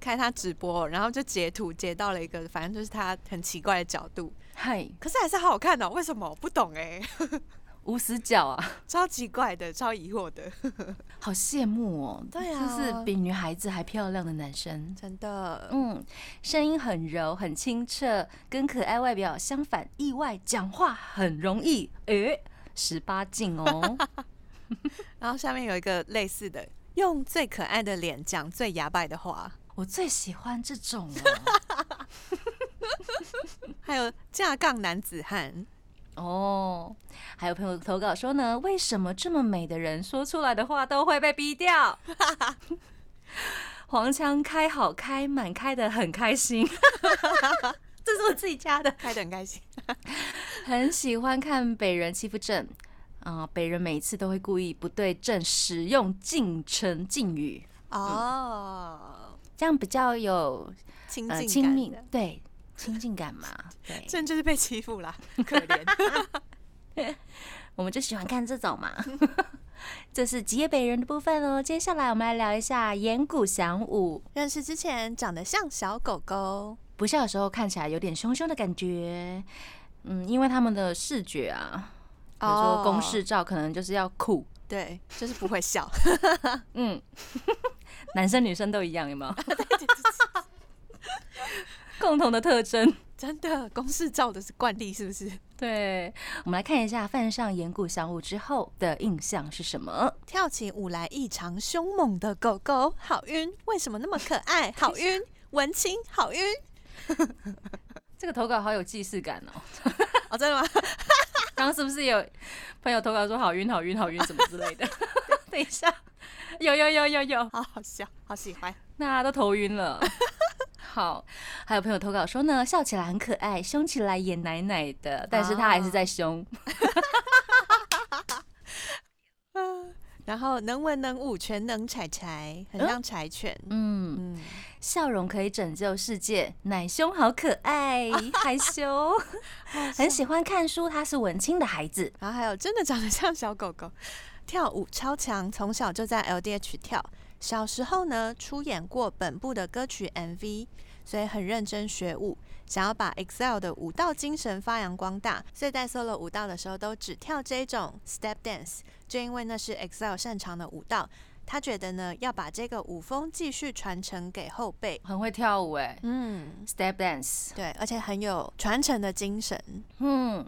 [SPEAKER 3] 开他直播，然后就截图截到了一个，反正就是他很奇怪的角度，
[SPEAKER 2] 嗨，
[SPEAKER 3] 可是还是好好看哦。为什么？我不懂哎、
[SPEAKER 2] 无死角啊，
[SPEAKER 3] 超奇怪的，超疑惑的。
[SPEAKER 2] 好羡慕哦。
[SPEAKER 3] 对啊
[SPEAKER 2] 就是比女孩子还漂亮的男生。
[SPEAKER 3] 真的，
[SPEAKER 2] 嗯，声音很柔，很清澈，跟可爱外表相反，意外讲话很容易，诶、十八禁 哦。
[SPEAKER 3] 然后下面有一个类似的，用最可爱的脸讲最牙白的话，
[SPEAKER 2] 我最喜欢这种哦
[SPEAKER 3] 还有架杠男子汉，
[SPEAKER 2] 哦。哦，还有朋友投稿说呢，为什么这么美的人说出来的话都会被逼掉？ 黄腔开好开满开的很开心， 这是我自己加的。
[SPEAKER 3] 开得很开心。
[SPEAKER 2] 很喜欢看北人欺负朕啊、北人每一次都会故意不对朕使用敬称敬语，
[SPEAKER 3] 哦，
[SPEAKER 2] 这样比较有
[SPEAKER 3] 亲近
[SPEAKER 2] 呃
[SPEAKER 3] 感
[SPEAKER 2] 亲密
[SPEAKER 3] 的，
[SPEAKER 2] 对亲近感嘛。对，
[SPEAKER 3] 真就是被欺负 啦，可怜。
[SPEAKER 2] 我们就喜欢看这种嘛。 这是吉野北人的部分哦。接下来我们来聊一下岩谷翔武。
[SPEAKER 3] 认识之前长得像小狗狗，
[SPEAKER 2] 不笑的时候看起来有点凶凶的感觉，嗯，因为他们的视觉啊，比如说
[SPEAKER 3] 哦
[SPEAKER 2] 公式照可能就是要酷，
[SPEAKER 3] 对，就是不会 笑。
[SPEAKER 2] 嗯，男生女生都一样，有没有？ 共同的特征。
[SPEAKER 3] 真的，公式照的是惯例，是不是？
[SPEAKER 2] 对，我们来看一下犯上言故相误之后的印象是什么。
[SPEAKER 3] 跳起舞来异常凶猛的狗狗，好晕！为什么那么可 爱？好晕！文青，好晕！
[SPEAKER 2] 这个投稿好有既视感哦。
[SPEAKER 3] 哦，真 的吗？
[SPEAKER 2] 刚刚是不是有朋友投稿说好晕、好晕、好晕什么之类的？ 等一下，有有有有有，
[SPEAKER 3] 好好笑，好喜欢。
[SPEAKER 2] 那大家都头晕 了。好，还有朋友投稿说呢，笑起来很可爱，凶起来也奶奶的，但是他还是在凶。
[SPEAKER 3] 然后能文能武，全能柴柴，很像柴犬。
[SPEAKER 2] 嗯，
[SPEAKER 3] 嗯，
[SPEAKER 2] 笑容可以拯救世界，奶凶好可爱，害 羞，很喜欢看书，他是文青的孩子。
[SPEAKER 3] 然后还有真的长得像小狗狗， 跳舞超强，从小就在 LDH 跳。小时候呢，出演过本部的歌曲 MV，所以很认真学舞，想要把 Excel 的舞蹈精神发扬光大。所以在 solo 舞蹈的时候，都只跳这种 step dance，就因为那是 Excel 擅长的舞蹈。他觉得呢，要把这个舞风继续传承给后辈。
[SPEAKER 2] 很会跳舞哎、
[SPEAKER 3] 嗯，
[SPEAKER 2] Step dance，
[SPEAKER 3] 对，而且很有传承的精神。
[SPEAKER 2] 嗯，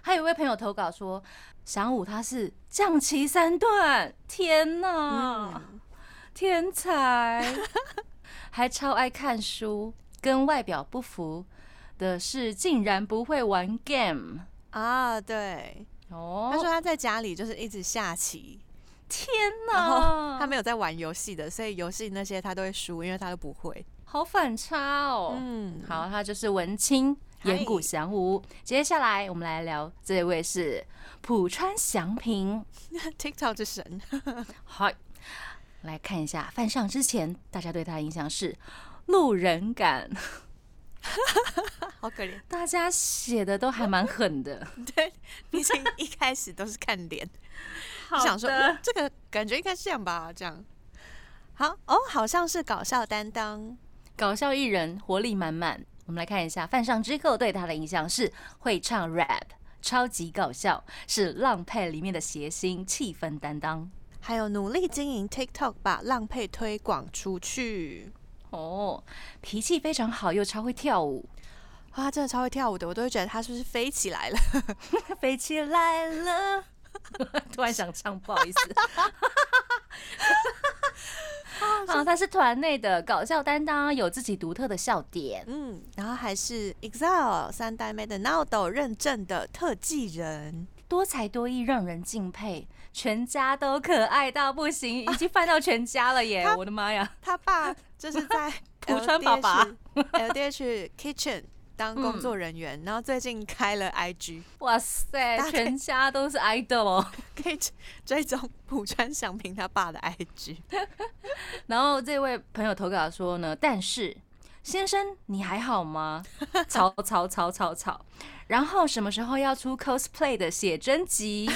[SPEAKER 2] 还有一位朋友投稿说，晌午他是降旗三段，天哪，
[SPEAKER 3] 嗯，
[SPEAKER 2] 天才， 还超爱看书，跟外表不符的是竟然不会玩 game
[SPEAKER 3] 啊，对，
[SPEAKER 2] 哦
[SPEAKER 3] 他说他在家里就是一直下棋，
[SPEAKER 2] 天
[SPEAKER 3] 然后
[SPEAKER 2] 哪，
[SPEAKER 3] 他没有在玩游戏的，所以游戏那些他都会输，因为他都不会。
[SPEAKER 2] 好反差哦。
[SPEAKER 3] 嗯，
[SPEAKER 2] 好，他就是文青
[SPEAKER 3] 嗨
[SPEAKER 2] 岩谷祥吾。接下来我们来聊这位是浦川祥平。
[SPEAKER 3] ，TikTok 之神，
[SPEAKER 2] 好，来看一下犯上之前大家对他的印象是路人感，
[SPEAKER 3] 好可怜。
[SPEAKER 2] 大家写的都还蛮狠的。
[SPEAKER 3] 对，毕竟一开始都是看脸，
[SPEAKER 2] 好
[SPEAKER 3] 想说、嗯这个感觉应该是这样吧，这样。好哦，好像是搞笑担当，
[SPEAKER 2] 搞笑艺人，活力满满。我们来看一下犯上之后对他的印象是会唱 rap，超级搞笑，是浪配里面的谐星，气氛担当。
[SPEAKER 3] 还有努力经营 TikTok，把浪配推广出去。
[SPEAKER 2] 哦，脾气非常好，又超会跳舞，
[SPEAKER 3] 哇，他真的超会跳舞的，我都会觉得他是不是飞起来了？
[SPEAKER 2] 飞起来了。 突然想唱，不好意 思。好，啊他是团内的搞笑担当，啊有自己独特的笑点。
[SPEAKER 3] 嗯，然后还是 Excel 三代妹的闹斗认证的特技人，
[SPEAKER 2] 多才多艺让人敬佩，全家都可爱到不行，已经翻到全家了耶！
[SPEAKER 3] 他
[SPEAKER 2] 我的妈呀，
[SPEAKER 3] 他爸就是 在
[SPEAKER 2] 浦川爸爸
[SPEAKER 3] LDH Kitchen 当工作人
[SPEAKER 2] 嗯
[SPEAKER 3] 员，然后最近开了 IG，
[SPEAKER 2] 哇塞
[SPEAKER 3] 大，概
[SPEAKER 2] 全家都是 idol，哦
[SPEAKER 3] 可以追踪浦川祥平他爸的 IG。
[SPEAKER 2] 然后这位朋友投稿说呢，但是先生你还好 吗？吵吵吵吵吵，然后什么时候要出 cosplay 的写真集？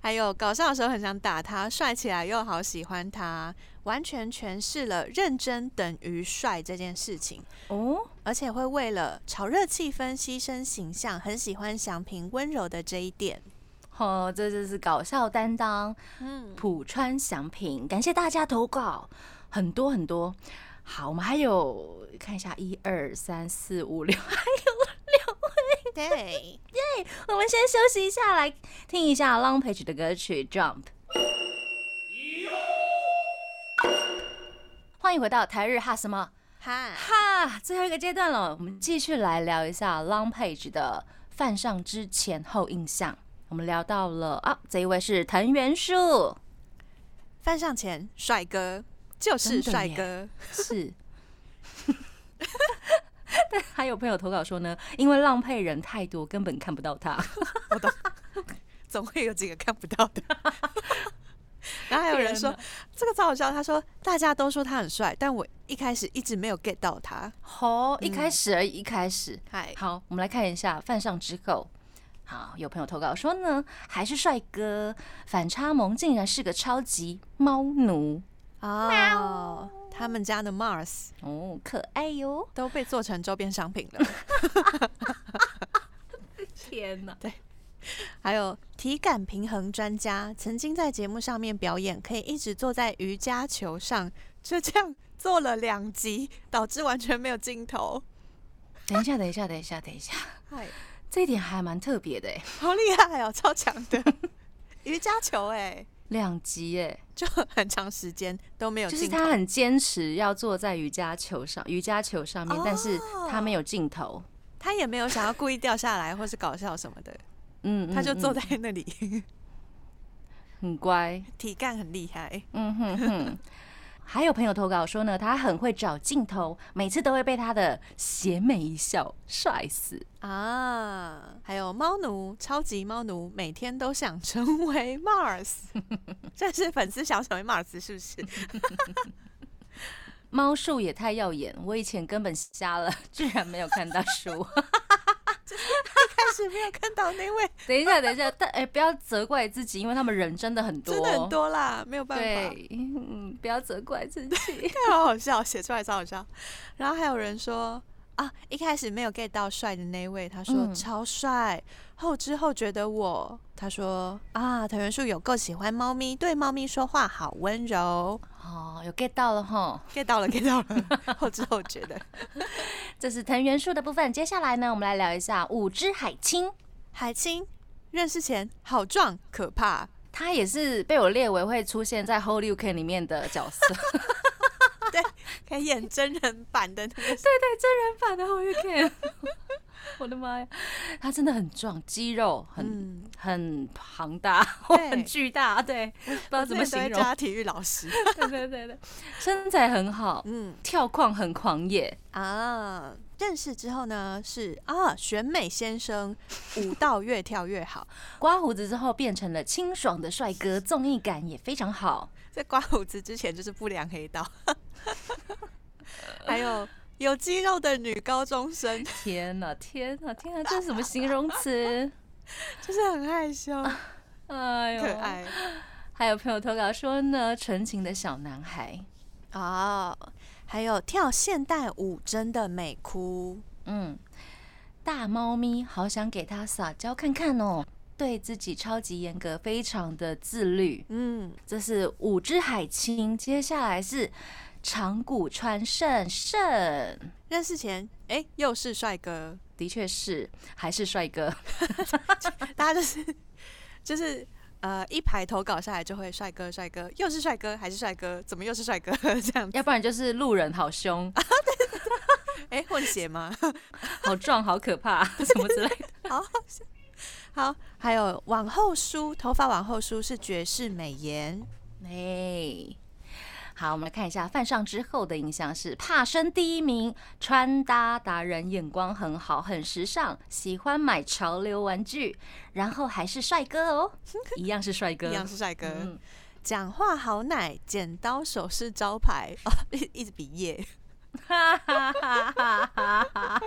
[SPEAKER 3] 还有搞笑的时候很想打他，帅起来又好喜欢他，完全诠释了认真等于帅这件事情。
[SPEAKER 2] 哦，
[SPEAKER 3] 而且会为了炒热气氛牺牲形象，很喜欢祥平温柔的这一 点。
[SPEAKER 2] 哦，这就是搞笑担当
[SPEAKER 3] 嗯，
[SPEAKER 2] 浦川祥平，感谢大家投稿，很多很多。好，我们还有看一下，一二三四五六，还有六位。
[SPEAKER 3] 对，
[SPEAKER 2] 我们先休息一下，来听一下 Long Page 的歌曲《Jump》。欢迎回到台日哈什么
[SPEAKER 3] 哈，
[SPEAKER 2] 哈，最后一个阶段了，我们继续来聊一下 Long Page 的犯上之前后印象。我们聊到了啊，这一位是藤原树，
[SPEAKER 3] 翻上前，帅哥就是
[SPEAKER 2] 真的
[SPEAKER 3] 帅
[SPEAKER 2] 耶
[SPEAKER 3] 哥，
[SPEAKER 2] 是。 但还有朋友投稿说呢，因为浪配人太多，根本看不到他。
[SPEAKER 3] 总会有几个看不到 的。然后还有人说这个超好笑，他说大家都说他很帅，但我一开始一直没有 get 到他。
[SPEAKER 2] 好，一开始而已，一开始。
[SPEAKER 3] 嗨，
[SPEAKER 2] 好，我们来看一下犯上之后。好，有朋友投稿说呢，还是帅哥，反差萌竟然是个超级猫奴
[SPEAKER 3] 哦，他们家的 Mars
[SPEAKER 2] 哦，可爱哟！
[SPEAKER 3] 都被做成周边商品 了。
[SPEAKER 2] 天哪，
[SPEAKER 3] 还有体感平衡专家，曾经在节目上面表演，可以一直坐在瑜伽球上，就这样做了两集，导致完全没有镜头。
[SPEAKER 2] 等一下，等一下，等一下，等一下，
[SPEAKER 3] 嗨，
[SPEAKER 2] 这一点还蛮特别的哎，
[SPEAKER 3] 好厉害哦，超强 的瑜伽球哎、
[SPEAKER 2] 两集哎，
[SPEAKER 3] 就很长时间都没有
[SPEAKER 2] 就是
[SPEAKER 3] 镜头。
[SPEAKER 2] 他很坚持要坐在瑜伽球上，瑜伽球上面，但是
[SPEAKER 3] 哦
[SPEAKER 2] 他没有镜头，
[SPEAKER 3] 他也没有想要故意掉下来或是搞笑什么的，
[SPEAKER 2] 嗯，嗯
[SPEAKER 3] 他就坐
[SPEAKER 2] 嗯
[SPEAKER 3] 在那里，
[SPEAKER 2] 很乖，
[SPEAKER 3] 体干很厉害。
[SPEAKER 2] 嗯哼哼。还有朋友投稿说呢，他很会找镜头，每次都会被他的邪魅一笑帅死。
[SPEAKER 3] 啊，还有猫奴，超级猫奴，每天都想成为 Mars，这是粉丝想成为 Mars 是不 是？
[SPEAKER 2] 猫树也太耀眼，我以前根本瞎了， 居然没有看到 树。
[SPEAKER 3] 但是没有看到那位，
[SPEAKER 2] 等一下，等一下，但哎、不要责怪自己，因为他们人真的很多，
[SPEAKER 3] 真的很多啦，没有办法，
[SPEAKER 2] 对，嗯，不要责怪自己。
[SPEAKER 3] 好好笑，写出来超好笑。然后还有人说啊，一开始没有 get 到帅的那位，他说
[SPEAKER 2] 嗯
[SPEAKER 3] 超帅，后知后觉的我，他说啊，藤原树有够喜欢猫咪，对猫咪说话好温柔
[SPEAKER 2] 哦，有 get 到了吼，
[SPEAKER 3] ，get 到了，get 到了，后知后觉的。
[SPEAKER 2] 这是藤原树的部分。接下来呢，我们来聊一下五只海清，
[SPEAKER 3] 海清认识前好壮，可怕。
[SPEAKER 2] 它也是被我列为会出现在《Holy UK》里面的角 色。
[SPEAKER 3] 可以演真人版的 那个
[SPEAKER 2] 对，真人版的 Holy UK。我 的妈呀，它真的很壮，肌肉很、
[SPEAKER 3] 嗯，
[SPEAKER 2] 很庞大，
[SPEAKER 3] 对
[SPEAKER 2] 很巨大，对，不知道怎么
[SPEAKER 3] 我之前
[SPEAKER 2] 形
[SPEAKER 3] 都
[SPEAKER 2] 容
[SPEAKER 3] 会叫。他体育老师。
[SPEAKER 2] 对对对对， 身材很好，
[SPEAKER 3] 嗯
[SPEAKER 2] 跳矿很狂野，
[SPEAKER 3] 啊，认识之后呢是啊，选美先生舞蹈越跳越好，
[SPEAKER 2] 刮胡子之后变成了清爽的帅哥，综艺感也非常好。
[SPEAKER 3] 在刮胡子之前就是不良黑道， 还有有肌肉的女高中生，
[SPEAKER 2] 天哪，天哪，天哪，这是什么形容 词？
[SPEAKER 3] 就是很害羞、
[SPEAKER 2] 哎呦，
[SPEAKER 3] 可。爱
[SPEAKER 2] 还有朋友投稿说呢，纯情的小男孩，
[SPEAKER 3] 啊。还有跳现代舞真的美哭，
[SPEAKER 2] 嗯，大猫咪好想给他撒娇看看哦，对自己超级严格，非常的自律。
[SPEAKER 3] 嗯，
[SPEAKER 2] 这是五只海清，接下来是长谷川胜胜。
[SPEAKER 3] 认识前哎、又是帅哥，
[SPEAKER 2] 的确是，还是帅哥。
[SPEAKER 3] 大家就是 就是呃一排投稿下来就会帅哥帅哥，又是帅哥还是帅哥，怎么又是帅哥 这样？
[SPEAKER 2] 要不然就是路人好凶、
[SPEAKER 3] 哎、混血吗？
[SPEAKER 2] 好壮、好可怕什么之类的。
[SPEAKER 3] 好好，还有往后梳，头发往后梳是绝世美颜，
[SPEAKER 2] 哎，好，我们来看一下犯上之后的影响是：怕生第一名，穿搭达人，眼光很好，很时尚，喜欢买潮流玩具，然后还是帅哥 哦，一样是帅哥，
[SPEAKER 3] 一样是帅哥，
[SPEAKER 2] 嗯，
[SPEAKER 3] 讲、话好奶，剪刀手是招牌 哦，一一直比耶，
[SPEAKER 2] 哈哈哈哈哈哈！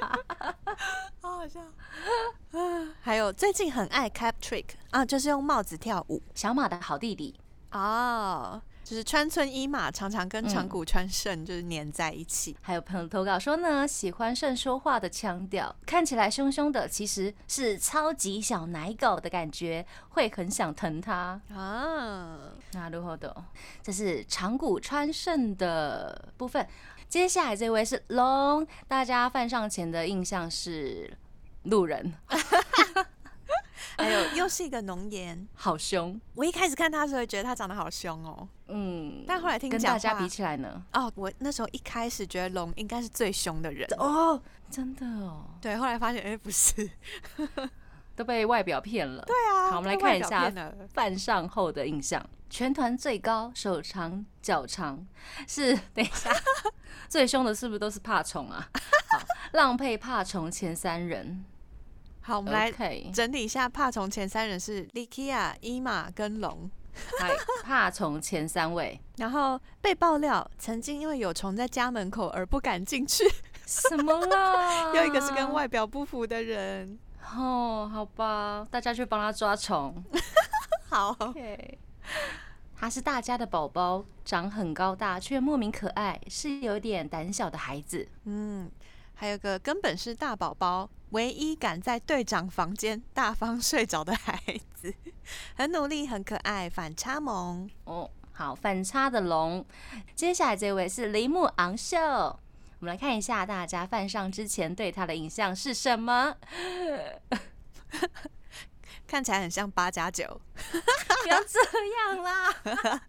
[SPEAKER 3] 好 好笑啊！还有最近很爱 cap trick 啊，就是用帽子跳舞
[SPEAKER 2] 小马的好弟弟，
[SPEAKER 3] 哦。就是川村一马常常跟长
[SPEAKER 2] 嗯
[SPEAKER 3] 谷川胜就是粘在一起，
[SPEAKER 2] 还有朋友投稿说呢，喜欢胜说话的腔调，看起来凶凶的，其实是超级小奶狗的感觉，会很想疼它。
[SPEAKER 3] 啊，
[SPEAKER 2] 那如何的？这是长谷川胜的部分。接下来这位是龙，大家犯上前的印象是路人，
[SPEAKER 3] 还有又是一个浓颜。
[SPEAKER 2] 好凶。
[SPEAKER 3] 我一开始看他的时候，觉得他长得好凶哦。
[SPEAKER 2] 嗯，
[SPEAKER 3] 但后来听
[SPEAKER 2] 跟
[SPEAKER 3] 讲
[SPEAKER 2] 大家
[SPEAKER 3] 话
[SPEAKER 2] 比起来呢？
[SPEAKER 3] 哦，我那时候一开始觉得龙应该是最 凶的人，
[SPEAKER 2] 哦，真的哦，
[SPEAKER 3] 对，后来发现哎、不是，对
[SPEAKER 2] 都被外表骗了。对
[SPEAKER 3] 啊
[SPEAKER 2] 好，我们来看一下
[SPEAKER 3] 被外表骗了
[SPEAKER 2] 犯上后的印象，全团最高，手长脚长，是等一 下，最凶的是不是都是怕虫啊？好，浪配怕虫前三人，
[SPEAKER 3] 好，我
[SPEAKER 2] 我
[SPEAKER 3] 们来
[SPEAKER 2] OK，
[SPEAKER 3] 整理一下怕虫前三人是 Likia、伊玛跟龙。
[SPEAKER 2] 嗨，怕虫前三位，
[SPEAKER 3] 然后被爆料，曾经因为有虫在家门口而不敢进去，
[SPEAKER 2] 什么啦？
[SPEAKER 3] 又一个是跟外表不符的人。
[SPEAKER 2] 哦，好吧，大家去帮他抓虫。
[SPEAKER 3] 好，
[SPEAKER 2] 对，他是大家的宝宝，长很高大，却莫名可爱，是有点胆小的孩子。
[SPEAKER 3] 嗯，还有个根本是大宝宝，唯一敢在队长房间 大方睡着的孩子，很努力，很可爱，反差萌。
[SPEAKER 2] 哦，好，反差的龙。接下来这位是铃木昂秀，我们来看一下大家犯上之前对他的影像是什 么。
[SPEAKER 3] 看起来很像八加九，
[SPEAKER 2] 不要这样啦，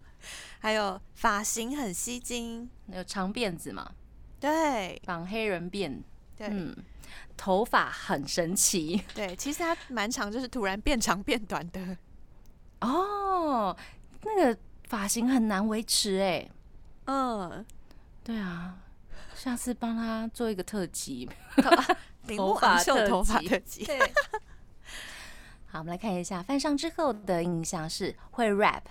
[SPEAKER 3] 还有发型很吸睛，
[SPEAKER 2] 有长辫子嘛，
[SPEAKER 3] 对
[SPEAKER 2] 绑黑人辫，
[SPEAKER 3] 对、
[SPEAKER 2] 嗯，头发很神奇
[SPEAKER 3] 对，其实它蛮长，就是突然变长变短的，
[SPEAKER 2] 哦，那个发型很难维持哎、
[SPEAKER 3] 嗯，
[SPEAKER 2] 对啊，下次帮他做一个特辑。
[SPEAKER 3] 铃木
[SPEAKER 2] 头发
[SPEAKER 3] 昂秀
[SPEAKER 2] 特
[SPEAKER 3] 头发
[SPEAKER 2] 辑
[SPEAKER 3] 特辑，
[SPEAKER 2] 对。好，我们来看一下犯上之后的印象是会 rap，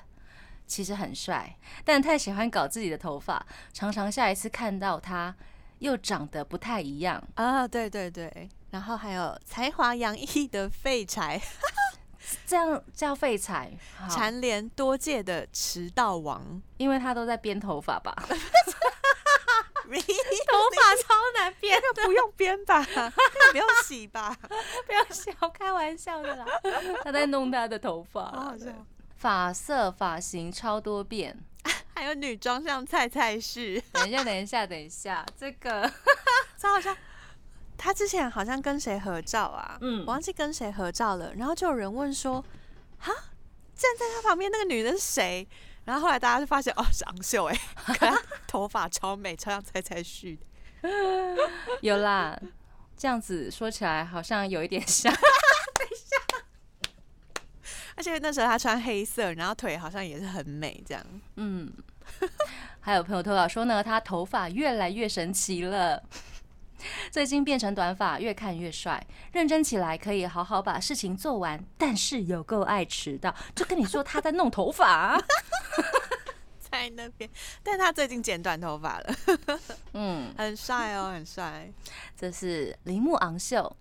[SPEAKER 2] 其实很帅，但太喜欢搞自己的头发，常常下一次看到他又长得不太一样。
[SPEAKER 3] 啊，对对对，然后还有才华洋溢的废柴，
[SPEAKER 2] 这样叫废材，好
[SPEAKER 3] 蝉联多届的迟到王。
[SPEAKER 2] 因为他都在编头发 吧，头
[SPEAKER 3] Really？
[SPEAKER 2] 发超难编，
[SPEAKER 3] 不用编 吧，那不用洗 吧，
[SPEAKER 2] 不要笑，开玩笑的啦，他在弄他的头
[SPEAKER 3] 哦好
[SPEAKER 2] 发
[SPEAKER 3] 好，笑。
[SPEAKER 2] 发色发型超多变。
[SPEAKER 3] 还有女装像菜菜式，
[SPEAKER 2] 等一下，等一下，等一下，这个
[SPEAKER 3] 超好笑。她之前好像跟谁合照啊？
[SPEAKER 2] 嗯
[SPEAKER 3] 我忘记跟谁合照了。然后就有人问说：“哈，站在她旁边那个女的是谁？”然后后来大家就发现，哦，是昂 秀哎、欸，可她头发超美，超像菜菜绪的。
[SPEAKER 2] 有啦，这样子说起来好像有一点像，
[SPEAKER 3] 而且那时候她穿黑色，然后腿好像也是很美，这样。
[SPEAKER 2] 嗯。还有朋友投稿说呢，他头发越来越神奇了，最近变成短发，越看越帅。认真起来可以好好把事情做完，但是有够爱迟到。就跟你说他在弄头发啊、
[SPEAKER 3] 在那边，但她最近剪短头发了，
[SPEAKER 2] 嗯，
[SPEAKER 3] 很帅哦，很帅。
[SPEAKER 2] 这是铃木昂秀。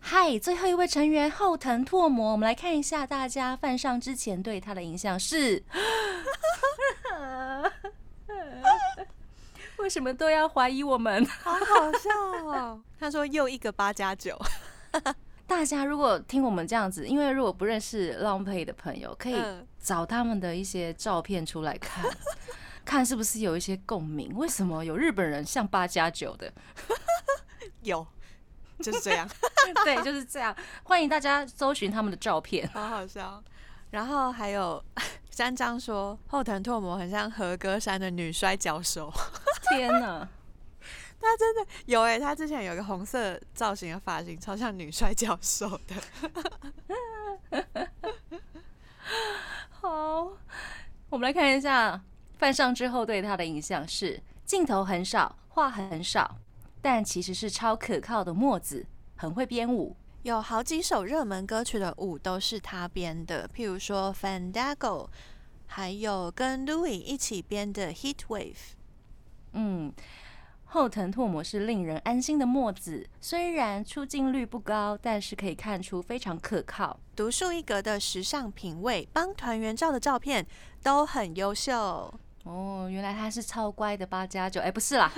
[SPEAKER 2] 嗨，最后一位成员后藤拓磨，我们来看一下大家犯上之前对他的印象是。 为什么都要怀疑我们？
[SPEAKER 3] 好好笑 哦！他说又一个八加九，
[SPEAKER 2] 大家如果听我们这样子，因为如果不认识浪配的朋友，可以
[SPEAKER 3] 嗯
[SPEAKER 2] 找他们的一些照片出来看， 看是不是有一些共鸣。为什么有日本人像八加九的？
[SPEAKER 3] 有， 就是这样，
[SPEAKER 2] 对，就是这样。 欢迎大家搜寻他们的照片。
[SPEAKER 3] 好好笑。然后还有 三章说后藤拓磨很像和歌山的女摔跤手，
[SPEAKER 2] 天哪！
[SPEAKER 3] 她真的有哎、欸，她之前有一个红色造型的发型，超像女摔跤手的。
[SPEAKER 2] 好，我们来看一下犯上之后对他的影像是镜头很少，话很少，但其实是超可靠的墨子，很会编舞。
[SPEAKER 3] 有好几首热门歌曲的舞都是她编的，譬如说《Fandango》，还有跟 Louis 一起编的《Heat Wave》。
[SPEAKER 2] 嗯，后藤拓磨是令人安心的墨子，虽然出镜率不高，但是可以看出非常可靠。
[SPEAKER 3] 独树一格的时尚品味，帮团员照的照片都很优秀。
[SPEAKER 2] 哦，原来他是超乖的八加九，哎，不是啦，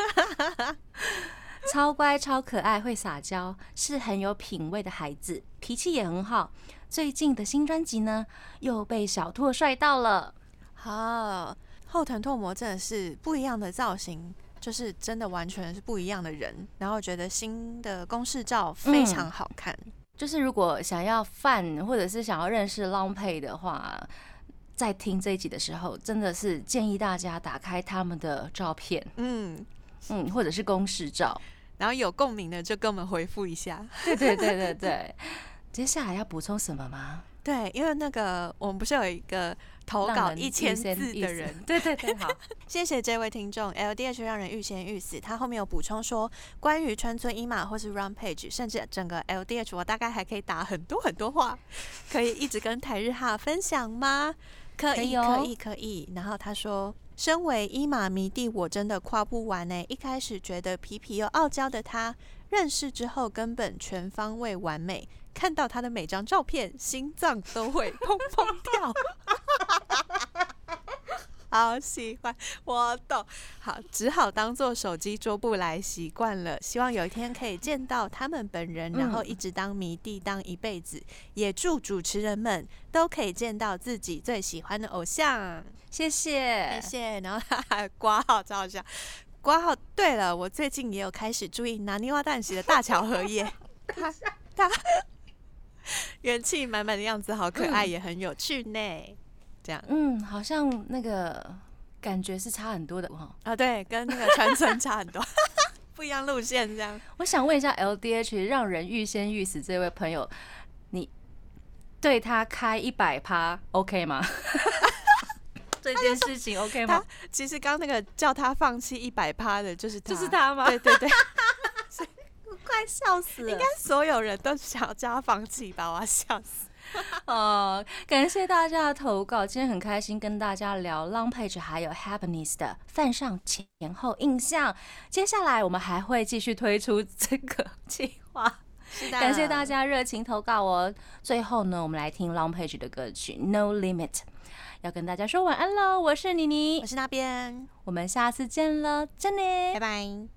[SPEAKER 2] 超乖、超可爱、会撒娇，是很有品味的孩子，脾气也很好。最近的新专辑呢，又被小拓帅到了。
[SPEAKER 3] 好、后藤拓磨真的是不一样的造型，就是真的完全是不一样的人。然后觉得新的公式照非
[SPEAKER 2] 嗯
[SPEAKER 3] 常好看，
[SPEAKER 2] 就是如果想要犯或者是想要认识 Long Pay 的话，在听这一集的时候，真的是建议大家打开他们的照片，
[SPEAKER 3] 嗯，
[SPEAKER 2] 嗯，或者是公式照。
[SPEAKER 3] 然后有共鸣的就跟我们回复一下。
[SPEAKER 2] 对对对对对。 接下来要补充什么吗？
[SPEAKER 3] 对，因为那个我们不是有一个投
[SPEAKER 2] 让
[SPEAKER 3] 稿
[SPEAKER 2] 人
[SPEAKER 3] 一千
[SPEAKER 2] 欲
[SPEAKER 3] 字
[SPEAKER 2] 仙欲
[SPEAKER 3] 的
[SPEAKER 2] 死
[SPEAKER 3] 人，，
[SPEAKER 2] 对对对，好，
[SPEAKER 3] 谢谢这位听众，LDH 让人欲仙欲死。他后面有补充说，关于川村一马或是 Run Page，甚至整个 LDH，我大概还可以打很多很多话，可以一直跟台日哈分享吗？可
[SPEAKER 2] 可
[SPEAKER 3] 以，
[SPEAKER 2] 以
[SPEAKER 3] 可
[SPEAKER 2] 哦
[SPEAKER 3] 以，可以。然后他说，身为一马迷弟，我真的跨不完欸呢、一开始觉得皮皮又傲娇的他，认识之后根本全方位完美。看到他的每张照片，心脏都会砰砰跳。 好喜欢，我懂。好，只好当做手机桌布来习惯了。希望有一天可以见到他们本人，然后
[SPEAKER 2] 嗯
[SPEAKER 3] 一直当迷弟当一辈子。也祝主持人们都可以见到自己最喜欢的偶像。
[SPEAKER 2] 谢谢
[SPEAKER 3] 谢，谢。然后他还挂号，超好笑。挂号。对了，我最近也有开始注意拿泥花蛋洗的大巧合 耶，他他元气满满的样子好可爱，也很有趣呢。这样
[SPEAKER 2] 嗯，好像那个感觉是差很多的哈。
[SPEAKER 3] 啊，对，跟那个川村差很多， 不一样路线这样。
[SPEAKER 2] 我想问一下 LDH 让人欲仙欲死这位朋友，你对他开一百趴 OK 吗？ 这件事情 OK
[SPEAKER 3] 他
[SPEAKER 2] 吗？
[SPEAKER 3] 其实刚那个叫他放弃一百趴的，就是 他
[SPEAKER 2] 就是，他吗？
[SPEAKER 3] 对对 对，
[SPEAKER 2] 快笑死了！
[SPEAKER 3] 应该所有人都想要叫他放弃吧，我要笑死。
[SPEAKER 2] 哦，感谢大家的投稿，今天很开心跟大家聊 Long Page 还有 Happiness 的犯上前后印象。接下来我们还会继续推出这个计划，感谢大
[SPEAKER 3] 家。
[SPEAKER 2] 家热情投稿哦。最后呢，我们来听 Long Page 的歌曲《No Limit》，要跟大家说晚安喽。我是妮妮
[SPEAKER 3] 我，是那边，
[SPEAKER 2] 我们下次见了，真的，
[SPEAKER 3] 拜拜。